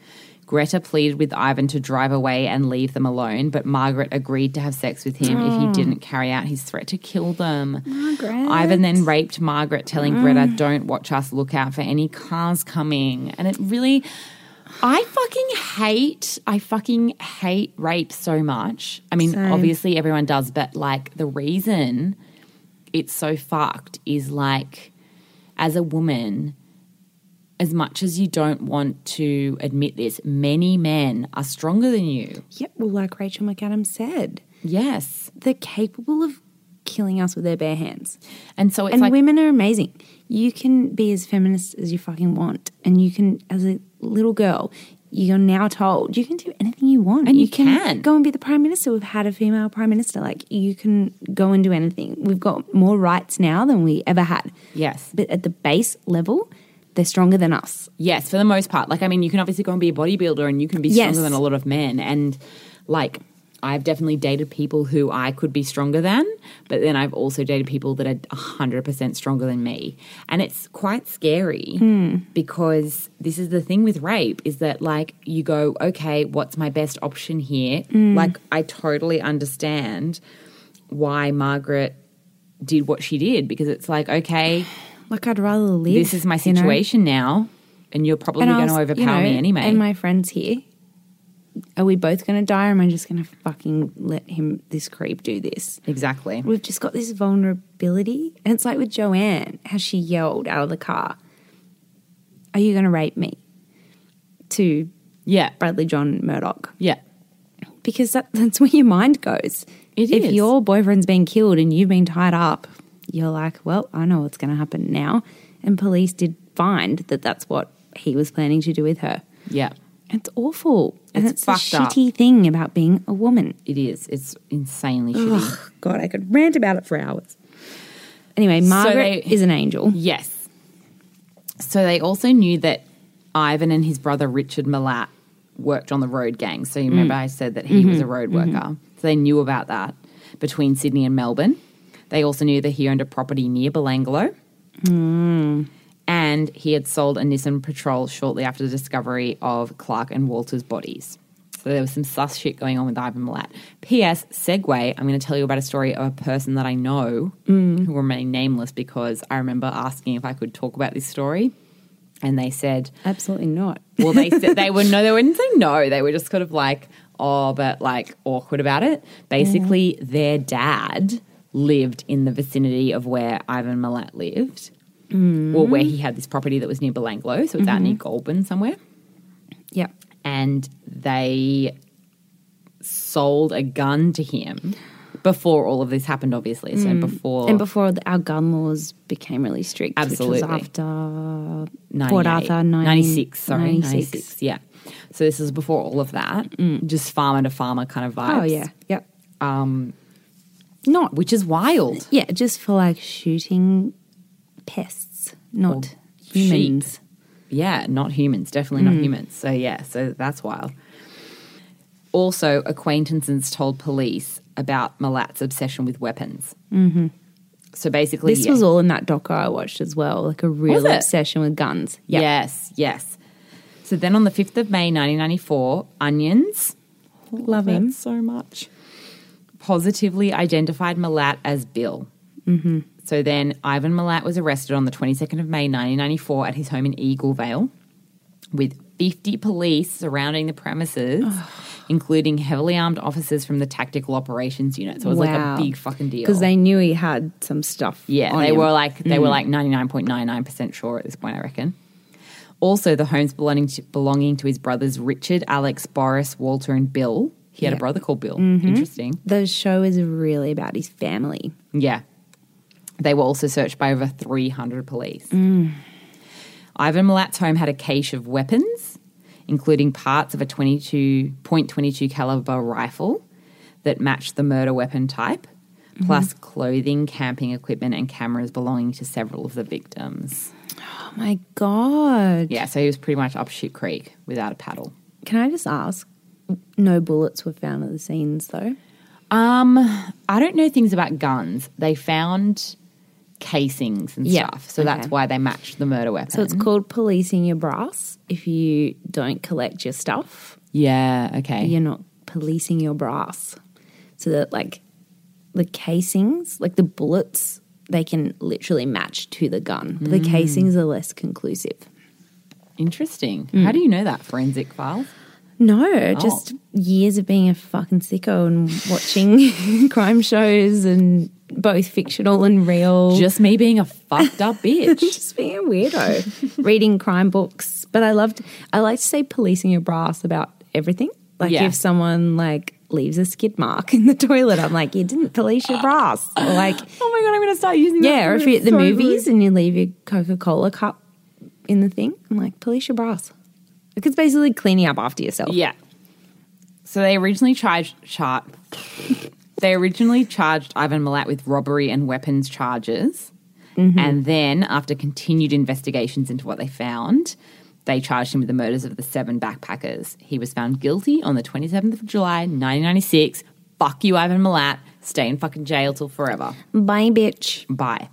Greta pleaded with Ivan to drive away and leave them alone, but Margaret agreed to have sex with him if he didn't carry out his threat to kill them.
Margaret.
Ivan then raped Margaret, telling Greta,
Mm.
Don't watch us, look out for any cars coming. And it really, I fucking hate, I fucking hate rape so much. I mean,
Same.
obviously everyone does, but like the reason it's so fucked is like, as a woman, as much as you don't want to admit this, many men are stronger than you.
Yeah, well, like Rachel McAdams said,
Yes.
they're capable of killing us with their bare hands.
And so it's
and
like,
women are amazing. You can be as feminist as you fucking want, and you can, as a little girl, you're now told you can do anything you want,
And you can.
go and be the prime minister. We've had a female prime minister. Like you can go and do anything. We've got more rights now than we ever had.
yes.
But at the base level, they're stronger than us.
Yes, for the most part. Like, I mean, you can obviously go and be a bodybuilder and you can be stronger
Yes.
than a lot of men. And, like, I've definitely dated people who I could be stronger than, but then I've also dated people that are 100% stronger than me. And it's quite scary because this is the thing with rape is that, like, you go, okay, what's my best option here? Like, I totally understand why Margaret did what she did because it's like, okay
Like I'd rather live.
this is my
you know?
situation now, and you're probably
And
going to
I'll-
overpower
you know,
me anyway.
And my friends here. Are we both going to die, or am I just going to fucking let him, this creep, do this?
exactly.
we've just got this vulnerability. And it's like with Joanne, how she yelled out of the car, Are you going to rape me? To
Yeah.
Bradley John Murdoch.
Yeah.
Because that, that's where your mind goes.
It
if
is.
your boyfriend's been killed and you've been tied up, you're like, Well, I know what's going to happen now. And police did find that that's what he was planning to do with her.
Yeah.
It's awful. and
It's
it's a
fucked up.
shitty thing about being a woman.
It is. It's insanely shitty.
Ugh, God, I could rant about it for hours. Anyway, Margaret
they-
is an angel.
Yes. So they also knew that Ivan and his brother Richard Malat worked on the road gang. So you
Mm.
remember I said that he was
Mm-hmm.
a road worker. So they knew about that between Sydney and Melbourne. They also knew that he owned a property near Belanglo. and he had sold a Nissan Patrol shortly after the discovery of Clark and Walter's bodies. So there was some sus shit going on with Ivan Milat. P.S. Segue, I'm going to tell you about a story of a person that I know who will remain nameless because I remember asking if I could talk about this story. And they said,
Absolutely not.
well, they said they were no, they wouldn't say no. They were just kind of like, oh, but like awkward about it. Basically, their dad lived in the vicinity of where Ivan Milat lived,
Mm.
or where he had this property that was near Belanglo, so it's out
Mm-hmm.
near Goulburn somewhere
Yeah.
and they sold a gun to him before all of this happened, obviously. So before,
Mm. And before the, our gun laws became really strict,
Absolutely.
which was after
98
Port Arthur 19
96, sorry, 96.
96.
yeah. So this is before all of that, just farmer to farmer kind of vibes.
Mm. Oh yeah, yep. Um,
Not, which is wild.
Yeah, just for like shooting pests, not humans. Hmm.
Yeah, not humans, definitely not humans. So yeah, so that's wild. Also, acquaintances told police about Malat's obsession with weapons. Mm-hmm. So basically,
This
yeah.
was all in that doco I watched as well, like a
Was
real
it?
obsession with guns. Yeah.
Yes, yes. So then on the 5th of May 1994, Onions.
Love him.
that so much. Positively identified Malat as Bill. Mm-hmm. So then Ivan Malat was arrested on the 22nd of May 1994 at his home in Eagle Vale with 50 police surrounding the premises. Including heavily armed officers from the Tactical Operations Unit, so it was like a big fucking deal.
Because they knew he had some stuff.
Yeah,
on
they
him. Mm.
were like they were like ninety nine point nine nine percent sure at this point, I reckon. Also, the homes belonging to, belonging to his brothers Richard, Alex, Boris, Walter, and Bill. He had
Yeah.
a
Mm-hmm.
brother called Bill. Interesting.
The show is really about his family.
Yeah. They were also searched by over 300 police.
Mm.
Ivan Milat's home had a cache of weapons, including parts of a 22, .22 caliber rifle that matched the murder weapon type,
Mm-hmm.
plus clothing, camping equipment, and cameras belonging to several of the victims.
Oh my god!
Yeah, so he was pretty much up shit creek without a paddle.
Can I just ask? No bullets were found at the scenes, though.
Um, I don't know things about guns. They found casings and
Yeah,
stuff, so that's
okay.
why they matched the murder weapon.
So it's called policing your brass. If you don't collect your stuff,
yeah, okay.
you're not policing your brass. So that like the casings, like the bullets, they can literally match to the gun. But The casings are less conclusive.
Interesting. How do you know that forensic files?
No, just years of being a fucking sicko and watching crime shows and both fictional and real.
Just me being a fucked up bitch.
just being a weirdo, reading crime books. But I loved. I like to say policing your brass about everything. Like
Yeah.
if someone like leaves a skid mark in the toilet, I'm like, you didn't police your brass. Or like
Oh my god, I'm gonna start using
yeah, or if
for
you're at the
so
movies and you leave your Coca Cola cup in the thing, I'm like, police your brass. Like it's basically cleaning up after yourself.
good. Yeah. So they originally charged chart. they originally charged Ivan Milat with robbery and weapons charges, and then after continued investigations into what they found. They charged him with the murders of the seven backpackers. He was found guilty on the 27th of July, 1996. Fuck you, Ivan Milat. Stay in fucking jail till forever.
Bye, bitch.
Bye.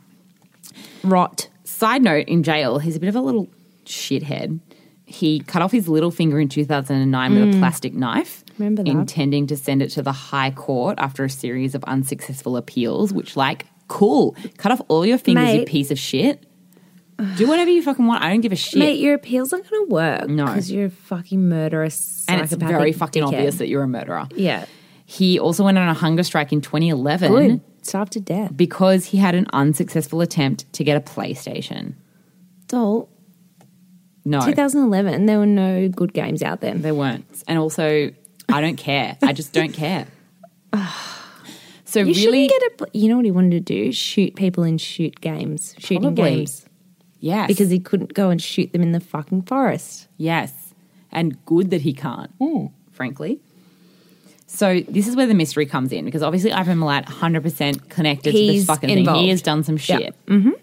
Rot.
Side note, in jail, he's a bit of a little shithead. He cut off his little finger in 2009 with a plastic knife,
Mm. Remember that.
intending to send it to the High Court after a series of unsuccessful appeals, which, like, cool. Cut off all your fingers, you
Mate.
piece of shit. Do whatever you fucking want. I don't give a shit.
Mate, your appeals aren't going to work.
No.
Because you're a fucking murderous.
and it's very fucking obvious
That-
that you're a murderer.
yeah.
He also went on a hunger strike in 2011
Good. Starved to death.
because he had an unsuccessful attempt to get a PlayStation.
Doll.
No.
2011, there were no good games out then.
There weren't. And also, I don't care. I just don't care. So
You
really,
shouldn't get a. pl- You know what he wanted to do? Shoot people in shoot games, shooting
Probably.
games,
yes,
because he couldn't go and shoot them in the fucking forest.
yes, and good that he can't.
Hmm.
Frankly. So this is where the mystery comes in because obviously Ivan Milat 100% connected to this
He's
fucking thing.
involved.
He has done some
Yeah. Mm-hmm.
shit.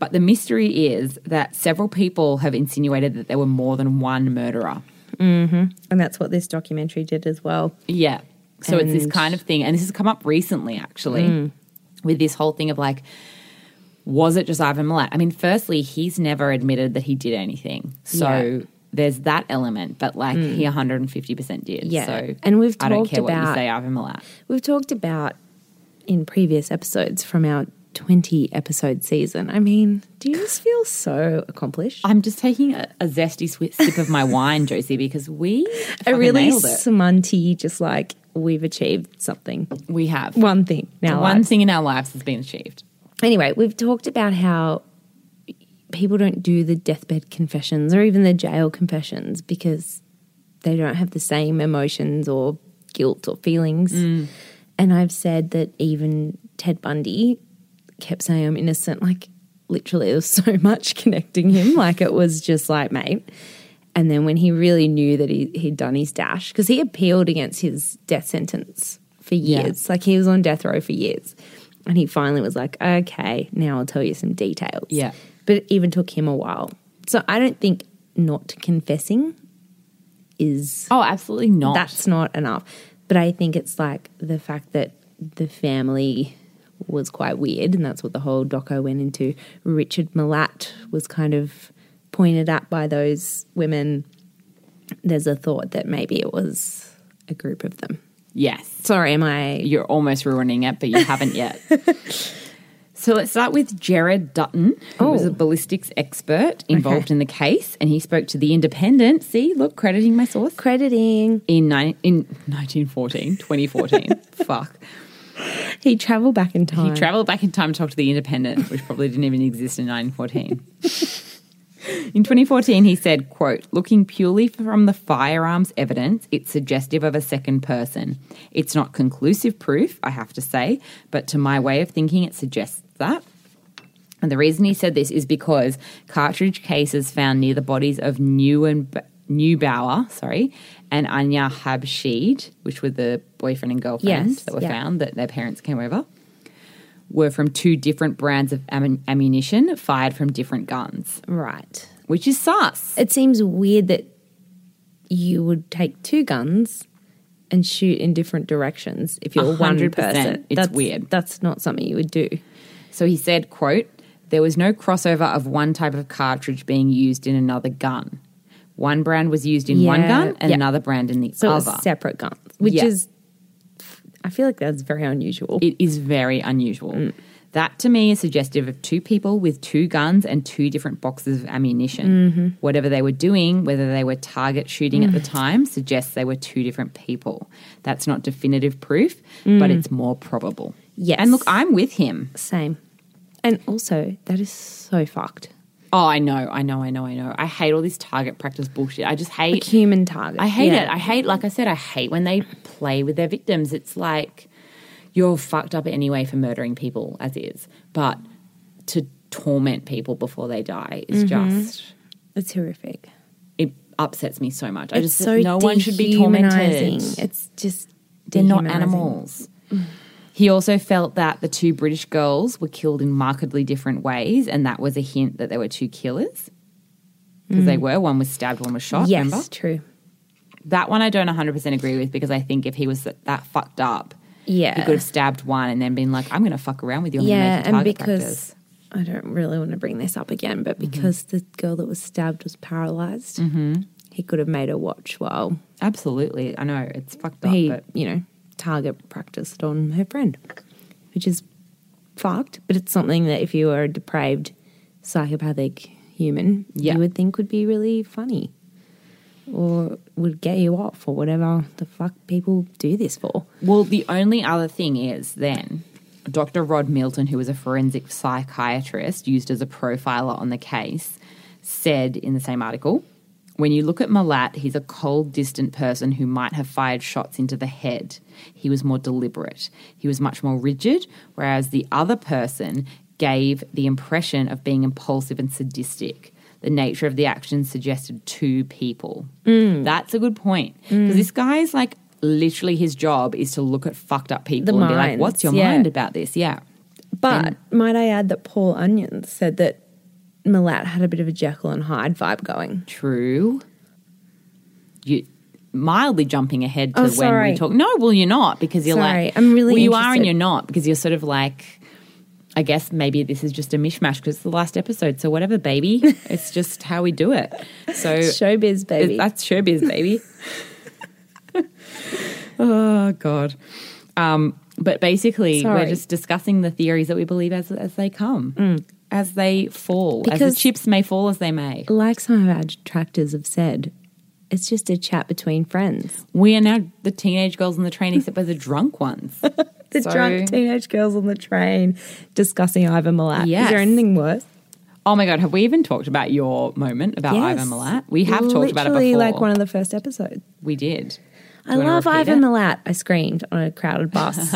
But the mystery is that several people have insinuated that there were more than one murderer.
And that's what this documentary did as well.
Yeah. So it's this
And- Mm.
kind of thing. And this has come up recently, actually, with this whole thing of like, was it just Ivan Milat? I mean, firstly, he's never admitted that he did anything. So
Yeah. Mm.
there's that element, but like he 150% did.
Yeah.
So
And we've
I don't
talked
care what you
about-
say, Ivan Milat.
We've talked about in previous episodes from our 20 episode season. I mean, do you just feel so accomplished?
I'm just taking a, a zesty swi- sip of my wine, Josie, because we
I
fucking
really
nailed it.
smunty, just like we've achieved something.
We have.
One thing now.
One thing in our lives has been achieved.
anyway, we've talked about how people don't do the deathbed confessions or even the jail confessions because they don't have the same emotions or guilt or feelings. And I've said that even Ted Bundy kept saying I'm innocent. Like, literally, there was so much connecting him. Like, it was just like, mate. And then when he really knew that he, he'd done his dash, because he appealed against his death sentence for
Yeah.
years. Like, he was on death row for years. And he finally was like, okay, now I'll tell you some details.
Yeah.
But it even took him a while. So I don't think not confessing is
Oh, absolutely not.
that's not enough. But I think it's like the fact that the family was quite weird, and that's what the whole doco went into. Richard Malat was kind of pointed at by those women. There's a thought that maybe it was a group of them.
yes.
Sorry, am I?
You're almost ruining it, but you haven't yet. so let's start with Jared Dutton, who was
Oh.
a ballistics expert involved in the case, and he spoke to The Independent. See, look, crediting my source.
Crediting.
In, ni- in 1914, 2014. Fuck.
He travelled back in time.
He travelled back in time to talk to The Independent, which probably didn't even exist in 1914. In 2014, he said, quote, looking purely from the firearms evidence, it's suggestive of a second person. It's not conclusive proof, I have to say, but to my way of thinking, it suggests that. And the reason he said this is because cartridge cases found near the bodies of New and Neubauer, sorry, and Anya Habshid, which were the boyfriend and girlfriend
Yes,
that were
yeah.
found that their parents came over, were from two different brands of ammun- ammunition fired from different guns,
right.
which is sus.
It seems weird that you would take two guns and shoot in different directions if you're one
100%.
person.
It's
that's,
weird.
That's not something you would do.
So he said, quote, there was no crossover of one type of cartridge being used in another gun. One brand was used in one
Yeah,
gun and
yeah.
another brand in the
So
other.
it's separate guns, which
Yeah.
is, I feel like that's very unusual.
It is very unusual. That to me is suggestive of two people with two guns and two different boxes of ammunition. Whatever they were doing, whether they were target shooting at the time, suggests they were two different people. That's not definitive proof, but it's more probable.
Yes.
And look, I'm with him.
Same. And also, that is so fucked.
Oh, I know, I know, I know, I know. I hate all this target practice bullshit. I just hate
Like human target.
I hate it. I hate, like I said, I hate when they play with their victims. It's like you're fucked up anyway for murdering people as is, but to torment people before they die is
Mm-hmm.
just
It's horrific.
it upsets me so much. I
It's
just
so
no one should be tormented.
dehumanising. It's Mm. just
They're not
dehumanising.
animals. He also felt that the two British girls were killed in markedly different ways, and that was a hint that there were two killers. Because they were, one was stabbed, one was shot.
Mm. Yes,
Remember?
true.
That one I don't 100% agree with because I think if he was that, that fucked up,
Yeah.
he could have stabbed one and then been like, I'm going to fuck around with you. I'm
yeah,
going to
and
make you target Mm-hmm.
because I don't really want to bring this up again, but because the girl that was stabbed was paralyzed, he could have made her watch while
practice. Absolutely. I know. It's fucked up.
he,
but
you know, target practiced on her friend, which is fucked. But it's something that if you were a depraved psychopathic human,
Yeah.
you would think would be really funny or would get you off or whatever the fuck people do this for.
Well, the only other thing is then Dr. Rod Milton, who was a forensic psychiatrist used as a profiler on the case, said in the same article when you look at Malat, he's a cold, distant person who might have fired shots into the head. He was more deliberate, he was much more rigid, whereas the other person gave the impression of being impulsive and sadistic. The nature of the action suggested two people.
Mm.
That's a good point. Because this guy is like, literally, his job is to look at fucked up people and be like,
minds,
what's your
yeah.
mind about this? Yeah.
But might I add that Paul Onion said that Milat had a bit of a Jekyll and Hyde vibe going.
True. You mildly jumping ahead to
Oh,
when
sorry.
we talk. No, well, you're not because you're
Sorry,
like.
I'm really
Well, you are
interested.
and you're not because you're sort of like. I guess maybe this is just a mishmash because it's the last episode. So whatever, baby. it's just how we do it. So
Showbiz, baby.
that's showbiz, baby. oh God. Um, but basically,
Sorry. Mm.
we're just discussing the theories that we believe as as they come, as they fall, as
Because-
the chips may fall as they may.
like some of our detractors have said, it's just a chat between friends.
We are now the teenage girls on the train, except we're the drunk ones.
The
So-
drunk teenage girls on the train discussing Ivan Milat. Is
Yes.
there anything worse?
Oh my god, have we even talked about your moment about Ivan Milat? We have talked about it
Literally,
before.
like one of the first episodes.
we did. Do
I
you wanna
love
repeat
Ivan
it?
Milat. I screamed on a crowded bus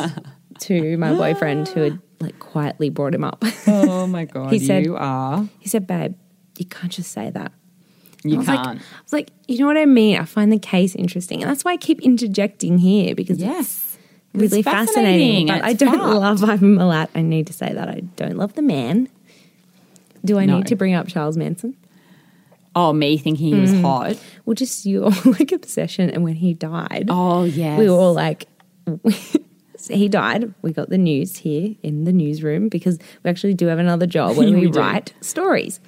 to my boyfriend who had like quietly brought him up.
Oh my god,
He said-
you are.
he said, Babe, you can't just say that.
You
I was
can't.
Like, I was like, you know what I mean? I find the case interesting. And that's why I keep interjecting here because
yes.
it's really
It's
fascinating.
and
But I
it's
don't
fucked.
love Ivan Milat. I need to say that. I don't love the man. Do I
No.
need to bring up Charles Manson?
Oh, me thinking he was
Mm.
hot.
Well, just your like obsession. And when he died,
Oh yes.
we were all like, so he died. We got the news here in the newsroom because we actually do have another job where we,
We do.
write stories,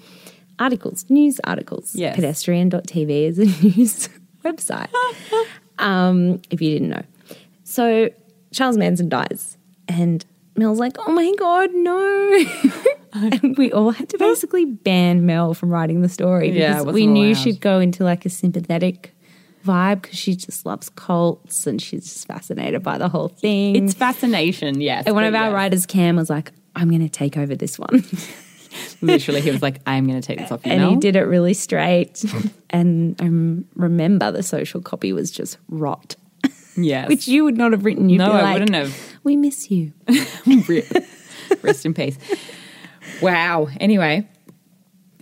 articles, news articles.
Yes.
Pedestrian.tv is a news website, um, if you didn't know. So Charles Manson dies, and Mel's like, oh my God, no. and we all had to basically ban Mel from writing the story
Yeah,
because
it wasn't
we knew
allowed.
she'd go into like a sympathetic vibe because she just loves cults and she's just fascinated by the whole thing.
It's fascination, yes.
and one
but
of our
yes.
writers, Cam, was like, I'm going to take over this one.
Literally, he was like, "I'm going to take this off you."
and he
Mel."
did it really straight. and I rem- remember the social copy was just rot,
Yes.
which you would not have written. You'd
No,
be
I
like,
wouldn't have.
We miss you.
Rip. Rest in peace. Wow. Anyway,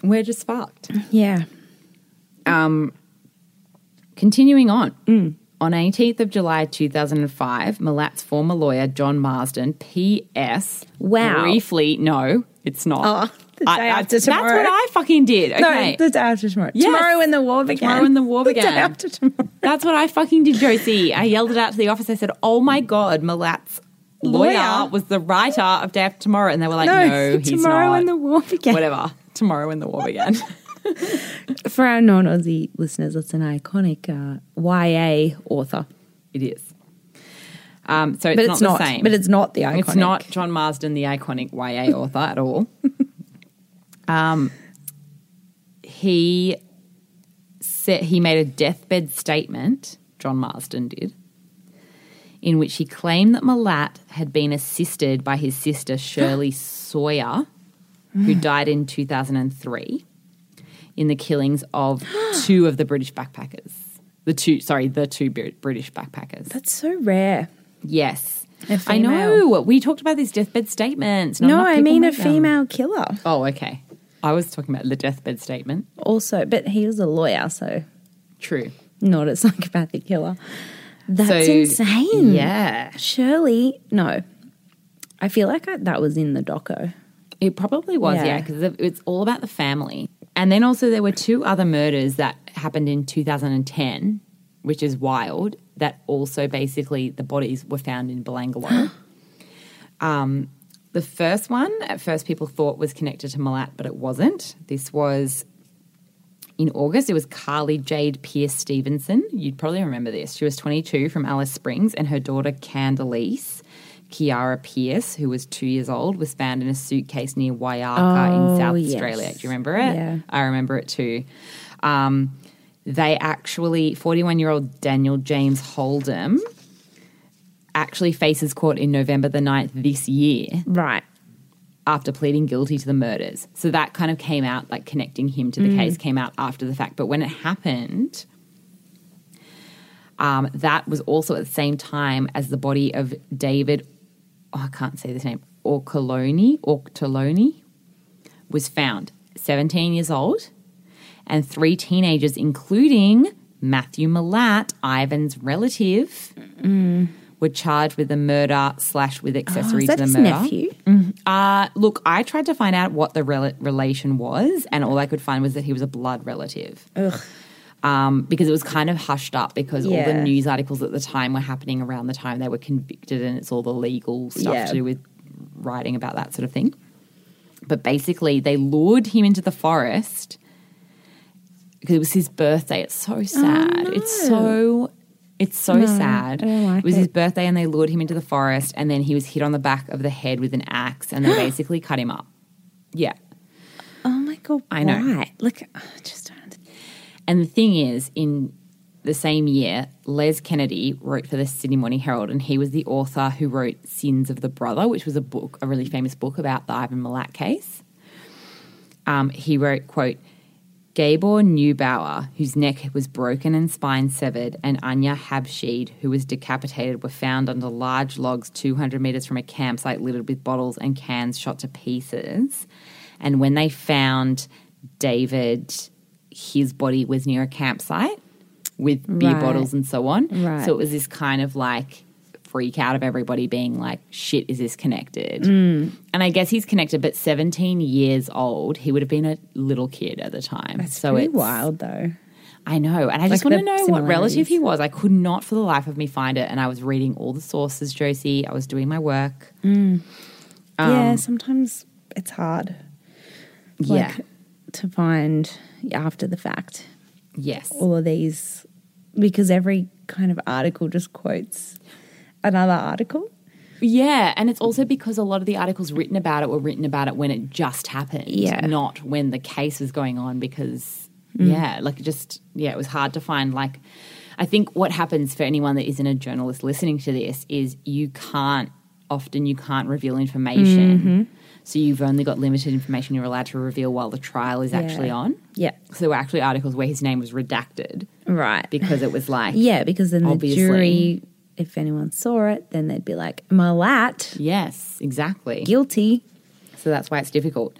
we're just fucked.
yeah.
Continuing on.
Mm.
On 18th of July 2005, Malat's former lawyer, John Marsden, P.S.
Wow.
Briefly, no, it's not.
Oh, the day after
That's
tomorrow.
what I fucking did. Okay.
No, the day after tomorrow.
Yes.
Tomorrow when the war began.
Tomorrow when the war
The
began.
day after tomorrow.
That's what I fucking did, Josie. I yelled it out to the office. I said, "Oh my god, Malat's lawyer,
Lawyer?
was the writer of Day After Tomorrow," and they were like,
No,
"No, he's
tomorrow
not."
when the war began.
Whatever. Tomorrow when the war began.
For our non Aussie listeners, that's an iconic uh, YA author.
it is. Um, so it's
But
not
it's
the
not,
same.
But it's not the iconic.
It's not John Marsden, the iconic YA author, at all. um, he said he made a deathbed statement. John Marsden did, in which he claimed that Malat had been assisted by his sister Shirley Sawyer, who died in 2003, in the killings of two of the British backpackers. The two, sorry, the two Bri- British backpackers.
That's so rare.
Yes.
A
I know. We talked about these deathbed statements. Not
No,
enough
I
people
mean a
make them.
female killer.
Oh, okay. I was talking about the deathbed statement.
Also, but he was a lawyer, so
True.
not a psychopathic killer. That's
So,
insane.
Yeah.
Shirley, no. I feel like I, that was in the doco.
It probably was,
Yeah.
yeah, because it's all about the family. And then also, there were two other murders that happened in 2010, which is wild, that also basically the bodies were found in Belangolo. um, the first one, at first, people thought was connected to Malat, but it wasn't. This was in August. It was Carly Jade Pierce Stevenson. You'd probably remember this. She was 22 from Alice Springs, and her daughter Candelise Kiara Pierce, who was two years old, was found in a suitcase near Waiaka
Oh,
in South
yes.
Australia. Do you remember it?
Yeah.
I remember it too. Um, they actually, 41 year old Daniel James Holdem actually faces court in November the 9th this year
Right.
after pleading guilty to the murders. So that kind of came out, like connecting him
Mm.
to the case came out after the fact. But when it happened, um, that was also at the same time as the body of David, oh, I can't say this name, Orcoloni, Ortoloni, was found, 17 years old, and three teenagers, including Matthew Malat, Ivan's relative, were charged with the murder slash with accessory
Mm. Oh, is that
to the
his
murder.
nephew?
Uh, look, I tried to find out what the rel- relation was, and all I could find was that he was a blood relative. Ugh. Um, because it was kind of hushed up because all the
Yeah.
news articles at the time were happening around the time they were convicted, and it's all the legal stuff
Yeah.
to do with writing about that sort of thing. But basically, they lured him into the forest because it was his birthday. It's
Oh,
so sad. It's so it's so sad.
I don't like
it was
it.
his birthday, and they lured him into the forest, and then he was hit on the back of the head with an axe, and they basically cut him up. Yeah.
Oh my god!
I know.
Why? Like, I just don't. Understand.
And the thing is, in the same year, Les Kennedy wrote for the Sydney Morning Herald, and he was the author who wrote Sins of the Brother, which was a book, a really famous book about the Ivan Milat case. Um, he wrote, quote, Gabor Neubauer, whose neck was broken and spine severed, and Anya Habshid, who was decapitated, were found under large logs 200 metres from a campsite littered with bottles and cans shot to pieces. And when they found David, his body was near a campsite with beer
Right.
bottles and so on.
Right.
So it was this kind of like freak out of everybody being like, shit, is this connected?
Mm.
And I guess he's connected, but 17 years old, he would have been a little kid at the time. so
Pretty
it's
wild though.
I know. And I just
Like
want
the
to know what relative
similarities.
he was. I could not for the life of me find it. And I was reading all the sources, Josie. I was doing my work. um,
yeah, sometimes it's hard.
yeah.
to find after the fact
Yes.
all of these because every kind of article just quotes another article.
Yeah, and it's
Mm-hmm.
also because a lot of the articles written about it were written about it when it just happened,
Yeah. Mm.
not when the case was going on because yeah, like it just yeah, it was hard to find like I think what happens for anyone that isn't a journalist listening to this is you can't often you can't reveal information.
Mm-hmm.
So you've only got limited information you're allowed to reveal while the trial is actually
Yeah.
on.
Yeah,
So there were actually articles where his name was redacted
right.
because it was like
yeah, because then
Obviously.
the jury, if anyone saw it, then they'd be like, "Malat,
yes, exactly.
guilty."
So that's why it's difficult.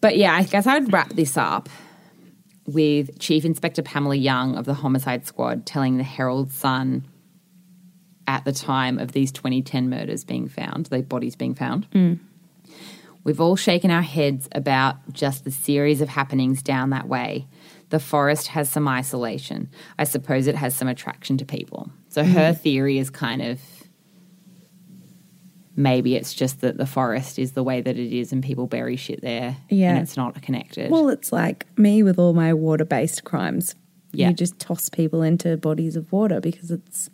But yeah, I guess I would wrap this up with Chief Inspector Pamela Young of the Homicide Squad telling the Herald Sun at the time of these 2010 murders being found, the bodies being found.
Mm.
We've all shaken our heads about just the series of happenings down that way. The forest has some isolation. I suppose it has some attraction to people. So her
Mm-hmm.
theory is kind of maybe it's just that the forest is the way that it is and people bury shit there
Yeah.
and it's not connected.
Well, it's like me with all my water-based crimes.
Yeah.
You just toss people into bodies of water because it's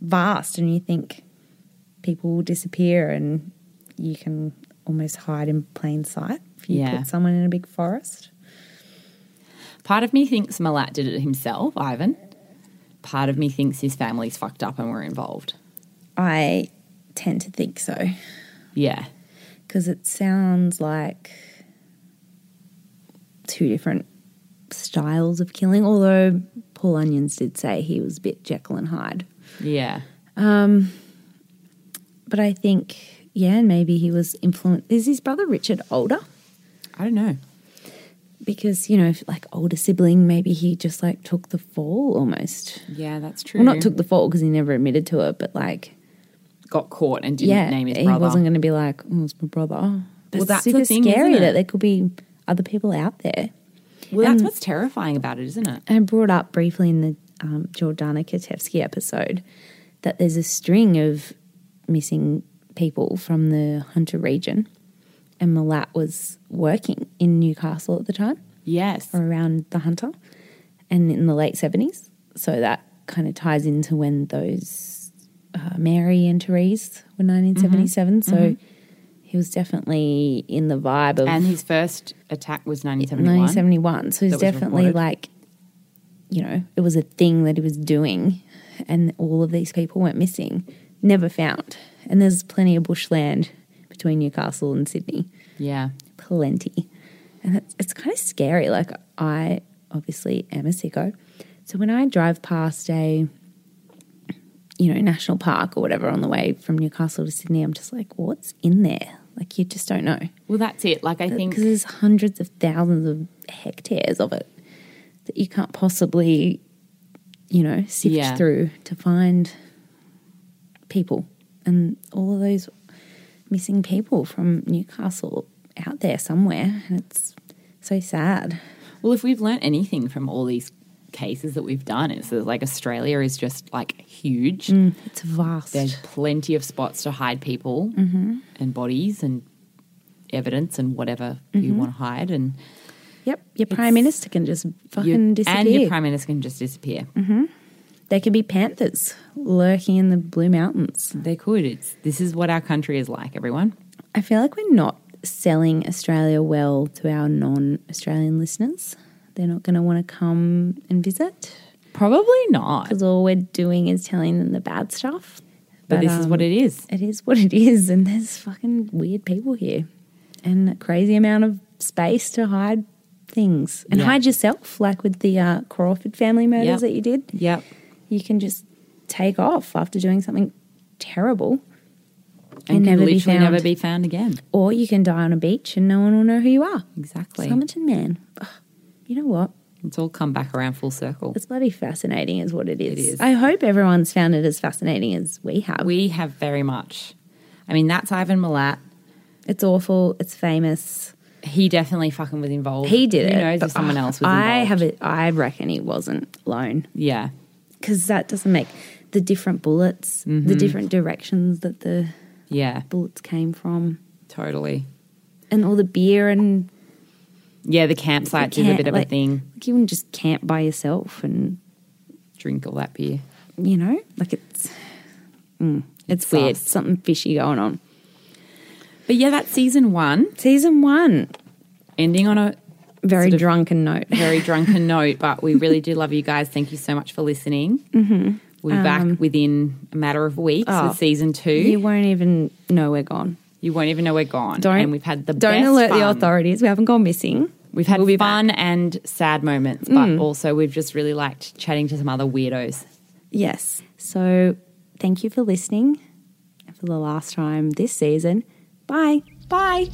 vast, and you think people will disappear, and you can almost hide in plain sight if you
Yeah.
put someone in a big forest.
Part of me thinks Malat did it himself, Ivan. Part of me thinks his family's fucked up and were involved.
I tend to think so
Yeah.
because it sounds like two different styles of killing. Although Paul Onions did say he was a bit Jekyll and Hyde.
Yeah.
But I think, yeah, and maybe he was influenced. Is his brother Richard older?
I don't know.
Because, you know, if like older sibling, maybe he just like took the fall almost.
Yeah, that's true.
Well, not took the fall because he never admitted to it, but like,
got caught and didn't
yeah,
name his
he
brother.
wasn't going to be like, oh, it's my brother. But
Well,
it's
that's the
super
thing,
scary
isn't it?
that there could be other people out there.
well, that's what's terrifying about it, isn't it?
I brought up briefly in the um, Jordana Katevsky episode that there's a string of missing people from the Hunter region, and Malat was working in Newcastle at the time
Yes.
or around the Hunter, and in the late seventies. So that kind of ties into when those uh, Mary and Therese were
Mm-hmm.
1977. So he was definitely in the vibe of
And his first attack was 1971.
1971. So he's
That was
definitely
reported.
like, you know, it was a thing that he was doing, and all of these people went missing, never found. And there's plenty of bushland between Newcastle and Sydney,
Yeah.
plenty. And it's, it's kind of scary. Like, I obviously am a sicko. So when I drive past a, you know, national park or whatever on the way from Newcastle to Sydney, I'm just like, what's in there? Like, you just don't know
Well, that's it. Like, I think
because there's hundreds of thousands of hectares of it that you can't possibly, you know, sift
Yeah.
through to find people and all of those missing people from Newcastle out there somewhere, and it's so sad.
Well, if we've learnt anything from all these cases that we've done. It's like Australia is just like huge.
Mm, It's vast.
There's plenty of spots to hide people
Mm-hmm.
and bodies and evidence and whatever
Mm-hmm.
you want to hide. And
yep, your prime minister can just
your-
fucking disappear. Mm-hmm.
and your prime minister can just disappear.
There could be panthers lurking in the Blue Mountains.
They could. It's this is what our country is like. Everyone.
I feel like we're not selling Australia well to our non-Australian listeners. They're not going to want to come and visit
Probably not.
because all we're doing is telling them the bad stuff.
But this is
um,
what it is.
It is what it is, and there's fucking weird people here, and a crazy amount of space to hide things and
Yeah.
hide yourself, like with the uh, Crawford family murders
Yep.
that you did.
Yep.
You can just take off after doing something terrible,
And,
And
can
never be
literally
found.
never be found again.
or you can die on a beach and no one will know who you are.
Exactly.
Somerton man. Ugh, you know what?
It's all come back around full circle.
It's bloody fascinating, is what it is.
It is.
I hope everyone's found it as fascinating as we have.
We have very much. I mean, that's Ivan Milat.
it's awful. It's famous.
He definitely fucking was involved.
He did
Who
it.
knows
but,
if someone
ugh,
else was involved?
I have it. I reckon he wasn't alone
Yeah.
because that doesn't make the different bullets,
Mm-hmm.
the different directions that the
Yeah.
bullets came from,
Totally.
and all the beer and
Yeah. The campsites is a
camp-
bit of
like-
a thing.
Like you wouldn't just camp by yourself, and
Drink all that beer.
you know, like it's mm, it's
It's
weird.
sus.
Something fishy going on.
But yeah, that's season one,
Season one,
ending on a
very
Sort of-
drunken note.
very drunken note. But we really do love you guys. Thank you so much for listening. Mm-hmm. We'll be back within a matter of weeks
Oh.
with season two.
You
You,
won't even know we're gone.
won't even know we're gone.
Don't
and we've had the
don't
best
alert the
fun.
authorities. We haven't gone missing.
We've had
We'll be
fun and sad moments, but also we've just really liked chatting to some other weirdos.
Yes. So thank you for listening. And For the last time this season, bye.
Bye.